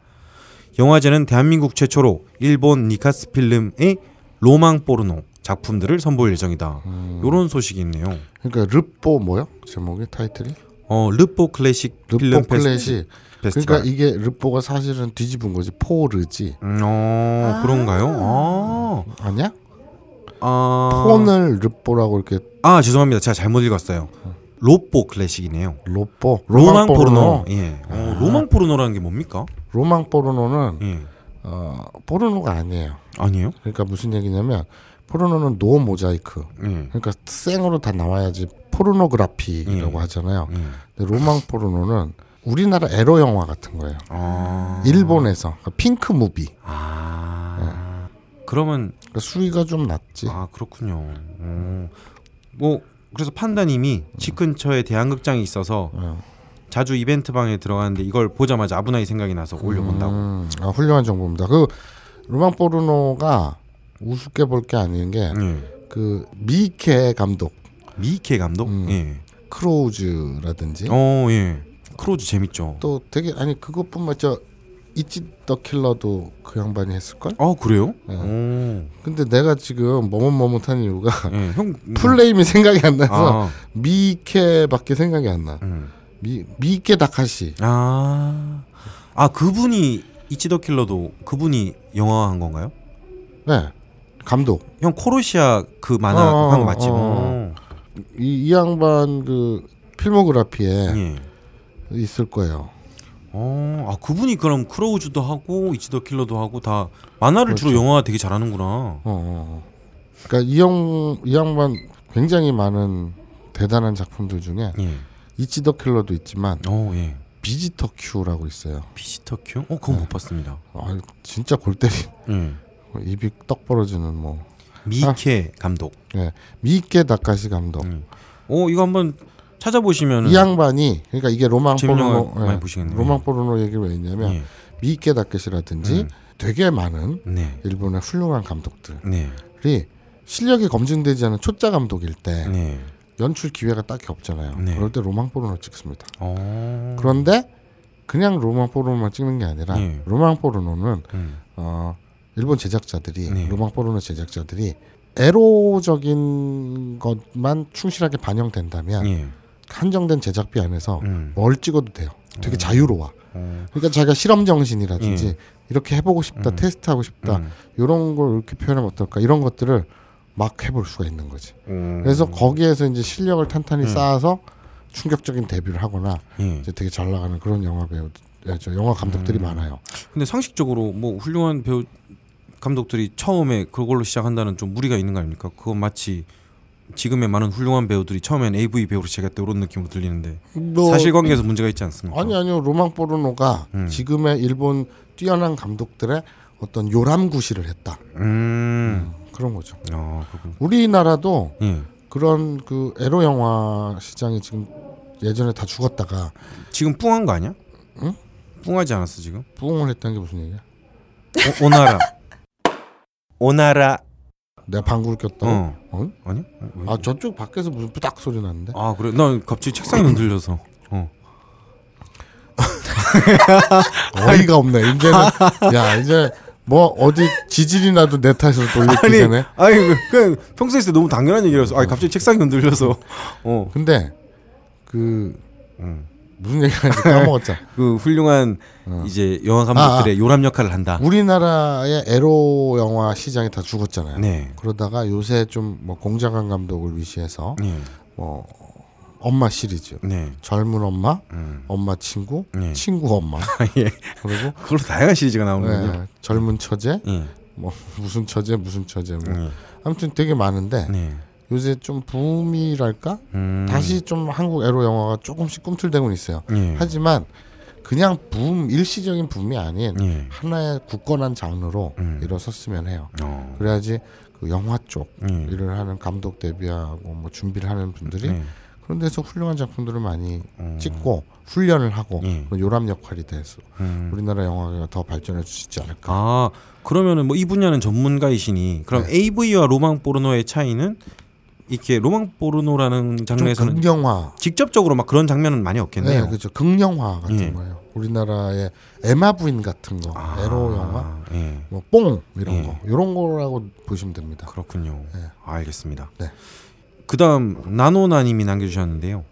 S3: 영화제는 대한민국 최초로 일본 니카스 필름의 로망 포르노 음. 작품들을 선보일 예정이다. 이런 소식이 있네요.
S1: 그러니까 르뽀 뭐요? 제목이 타이틀이?
S3: 어, 어 르포 클래식 필름
S1: 르포 클래식.
S3: 페스티벌.
S1: 그러니까 이게 르포가 사실은 뒤집은 거지 포르지
S3: 음, 어 그런가요? 아,
S1: 아니야?
S3: 아
S1: 폰을 르포라고 이렇게
S3: 아 죄송합니다. 제가 잘못 읽었어요. 로포 클래식이네요.
S1: 로포
S3: 로망 포르노. 예. 어, 로망 포르노라는 게 뭡니까?
S1: 로망 포르노는
S3: 예.
S1: 어, 포르노가 아니에요.
S3: 아니에요?
S1: 그러니까 무슨 얘기냐면 포르노는 노 모자이크.
S3: 예.
S1: 그러니까 생으로 다 나와야지 포르노그라피라고
S3: 음.
S1: 하잖아요.
S3: 예.
S1: 근데 로망 포르노는 우리나라 에로 영화 같은 거예요.
S3: 아.
S1: 일본에서 그러니까 핑크 무비.
S3: 아. 그러면
S1: 그러니까 수위가 좀 낮지.
S3: 아 그렇군요. 음. 뭐 그래서 판다님이 집 근처에 대한극장이 있어서
S1: 음.
S3: 자주 이벤트 방에 들어가는데 이걸 보자마자 아부나이 생각이 나서 올려본다고.
S1: 음, 아, 훌륭한 정보입니다. 그 로망 포르노가 우습게 볼 게 아닌
S3: 예.
S1: 게 그 미케 감독
S3: 미케 감독.
S1: 음.
S3: 예.
S1: 크로우즈라든지
S3: 어 예. 크로즈 재밌죠.
S1: 또 되게 아니 그것뿐만 저 이치 더 킬러도 그 양반이 했을 걸?
S3: 아 그래요?
S1: 예.
S3: 오.
S1: 근데 내가 지금 머뭇머뭇한 이유가
S3: 예. 형 음.
S1: 플레임이 생각이 안 나서
S3: 아.
S1: 미케밖에 생각이 안 나.
S3: 음.
S1: 미 미케 다카시.
S3: 아. 아 그분이 이치더 킬러도 그분이 영화한 건가요?
S1: 네. 감독.
S3: 형 코로시아 그 만화
S1: 어,
S3: 한 거 맞지?
S1: 어.
S3: 어.
S1: 이, 이 양반 그 필모그래피에
S3: 예.
S1: 있을 거예요.
S3: 어, 아 그분이 그럼 크로우즈도 하고 이치더 킬러도 하고 다 만화를 주로
S1: 그렇죠.
S3: 영화 되게 잘하는구나.
S1: 어, 어. 어. 그러니까 이형 이 양반 굉장히 많은 대단한 작품들 중에
S3: 예.
S1: 이치더 킬러도 있지만
S3: 어, 예.
S1: 비지터 큐라고 있어요.
S3: 비시터 큐? 어, 그건 못 봤습니다.
S1: 아, 진짜 골 때리
S3: 예.
S1: 입이 떡 벌어지는 뭐
S3: 미케 감독.
S1: 예. 미케 다카시 감독.
S3: 음. 어, 이거 한번 찾아보시면은
S1: 이 양반이 그러니까 이게 로망
S3: 재밌는
S1: 포르노
S3: 음.
S1: 예,
S3: 영화 많이 보시겠네요.
S1: 로망 포르노 얘기를 왜 했냐면
S3: 예.
S1: 미케 다켓이라든지
S3: 음.
S1: 되게 많은
S3: 네.
S1: 일본의 훌륭한 감독들이
S3: 네.
S1: 실력이 검증되지 않은 초짜 감독일 때
S3: 네.
S1: 연출 기회가 딱히 없잖아요.
S3: 네.
S1: 그럴 때 로망 포르노 찍습니다.
S3: 어.
S1: 그런데 그냥 로망 포르노만 찍는 게 아니라
S3: 예.
S1: 로망 포르노는
S3: 음.
S1: 어, 일본 제작자들이
S3: 네.
S1: 로망 포르노 제작자들이 에로적인 것만 충실하게 반영된다면
S3: 예.
S1: 한정된 제작비 안에서
S3: 음.
S1: 뭘 찍어도 돼요. 되게 자유로워.
S3: 어.
S1: 그러니까 자기가 실험 정신이라든지
S3: 예.
S1: 이렇게 해보고 싶다,
S3: 음.
S1: 테스트하고 싶다
S3: 음.
S1: 이런 걸 이렇게 표현하면 어떨까 이런 것들을 막 해볼 수가 있는 거지.
S3: 음.
S1: 그래서 거기에서 이제 실력을 탄탄히
S3: 음.
S1: 쌓아서 충격적인 데뷔를 하거나
S3: 예.
S1: 이제 되게 잘 나가는 그런 영화 배우, 예, 저 영화 감독들이
S3: 음.
S1: 많아요.
S3: 근데 상식적으로 뭐 훌륭한 배우 감독들이 처음에 그걸로 시작한다는 좀 무리가 있는 거 아닙니까? 그건 마치 지금의 많은 훌륭한 배우들이 처음엔 AV 배우로 시작했다 이런 느낌으로 들리는데
S1: 너-
S3: 뭐 사실관계에서 문제가 있지 않습니까?
S1: 아니 아니요 로망 포르노가
S3: 음.
S1: 지금의 일본 뛰어난 감독들의 어떤 요람구시를 했다
S3: 음.
S1: 그런 거죠.
S3: 아, 그렇군.
S1: 우리나라도
S3: 예.
S1: 그런 그 에로 영화 시장이 지금 예전에 다 죽었다가
S3: 지금 뿡한 거 아니야?
S1: 응?
S3: 뿡하지 않았어 지금?
S1: 부흥을 했다는 게 무슨 얘기야?
S3: 오, 오나라.
S4: 오나라
S1: 내가 방구를 꼈다고?
S3: 어.
S1: 어?
S3: 아니야? 어, 왜?
S1: 아 저쪽 밖에서 무슨 부닥 소리 났는데?
S3: 아 그래? 나 갑자기 책상이 흔들려서. 어. 아.
S1: 어이가 없네. 이제는 야 이제 뭐 어디 지질이 나도 내 탓으로 돌리기
S3: 아니,
S1: 전에.
S3: 아니 그- 그냥 평소에 있을 때 너무 당연한 얘기라서. 아 갑자기 책상이 흔들려서. 어.
S1: 근데 그
S3: 음.
S1: 무슨 얘기하는지 까먹었잖아.
S3: 그 훌륭한
S1: 어.
S3: 이제 영화
S1: 아,
S3: 감독들의 요람 역할을 한다.
S1: 우리나라의 에로 영화 시장이 다 죽었잖아요.
S3: 네.
S1: 그러다가 요새 좀 뭐 공자강 감독을 위시해서
S3: 네.
S1: 뭐 엄마 시리즈,
S3: 네.
S1: 젊은 엄마,
S3: 음.
S1: 엄마 친구,
S3: 네.
S1: 친구 엄마,
S3: 예.
S1: 그리고
S3: 그걸로 다양한 시리즈가 나오는군요.
S1: 네, 젊은 처제,
S3: 예.
S1: 뭐 무슨 처제 무슨 처제 뭐
S3: 네.
S1: 아무튼 되게 많은데
S3: 네.
S1: 요새 좀 붐이랄까
S3: 음.
S1: 다시 좀 한국 에로 영화가 조금씩 꿈틀대고 있어요.
S3: 예.
S1: 하지만 그냥 붐 일시적인 붐이 아닌
S3: 예.
S1: 하나의 굳건한 장르로
S3: 음.
S1: 일어섰으면 해요.
S3: 어.
S1: 그래야지 그 영화 쪽
S3: 예.
S1: 일을 하는 감독 데뷔하고 뭐 준비를 하는 분들이
S3: 예.
S1: 그런 데서 훌륭한 작품들을 많이
S3: 음.
S1: 찍고 훈련을 하고
S3: 예.
S1: 그 요람 역할이 돼서
S3: 음.
S1: 우리나라 영화가 더 발전해 주시지 않을까.
S3: 아 그러면은 뭐 이 분야는 전문가이시니 그럼
S1: 네.
S3: AV와 로망 포르노의 차이는 이렇게 로망 포르노라는
S1: 좀
S3: 장르에서는
S1: 극영화,
S3: 직접적으로 막 그런 장면은 많이
S1: 네,
S3: 없겠네요.
S1: 그렇죠. 극영화 같은
S3: 예.
S1: 거예요. 우리나라의 에마 부인 같은 거, 에로 영화
S3: 예.
S1: 뭐 뽕 이런
S3: 예.
S1: 거 이런 거라고 보시면 됩니다.
S3: 그렇군요.
S1: 네.
S3: 알겠습니다.
S1: 네.
S3: 그다음 나노나님이 남겨주셨는데요.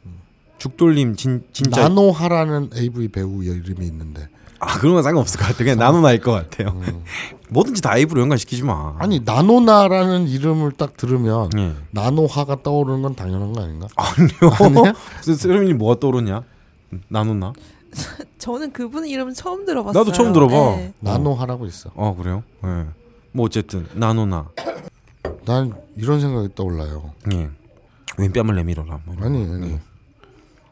S4: 죽돌님 진 진짜
S1: 나노하라는 AV 배우 이름이 있는데
S3: 아 그런 건 상관없을 것 같아요. 그냥 남은 아일 것 같아요. 뭐든지 다 입으로 연관시키지 마.
S1: 음. 아니 나노나라는 이름을 딱 들으면
S4: 예.
S1: 나노화가 떠오르는 건 당연한 거 아닌가?
S3: 아니요. 세롬이님 뭐가 떠오르냐? 나누나?
S2: 저는 그분 이름 처음 들어봤어요.
S3: 나도 처음 들어봐.
S2: 네.
S1: 나노하라고 있어.
S3: 아 그래요?
S4: 예. 뭐 어쨌든 나누나
S1: 난 이런 생각이 떠올라요.
S4: 예. 왼뺨을 내밀어라. 뭐 이런.
S1: 아니 아니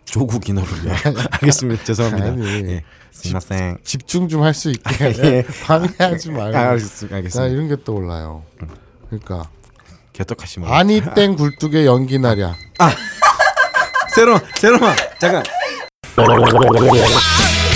S4: 조국 인어를 위하여. 알겠습니다. 죄송합니다.
S1: 아니.
S4: 예. 스마생.
S1: 집중 좀 할 수 있게 방해하지 말고.
S4: 알겠습니다.
S1: 나
S4: 알겠습니다.
S1: 이런 게 떠올라요. 그러니까
S4: 개떡하시 마.
S1: 아니 땡 굴뚝에 연기 나랴.
S3: 세롬, 세롬아, 잠깐.
S5: 아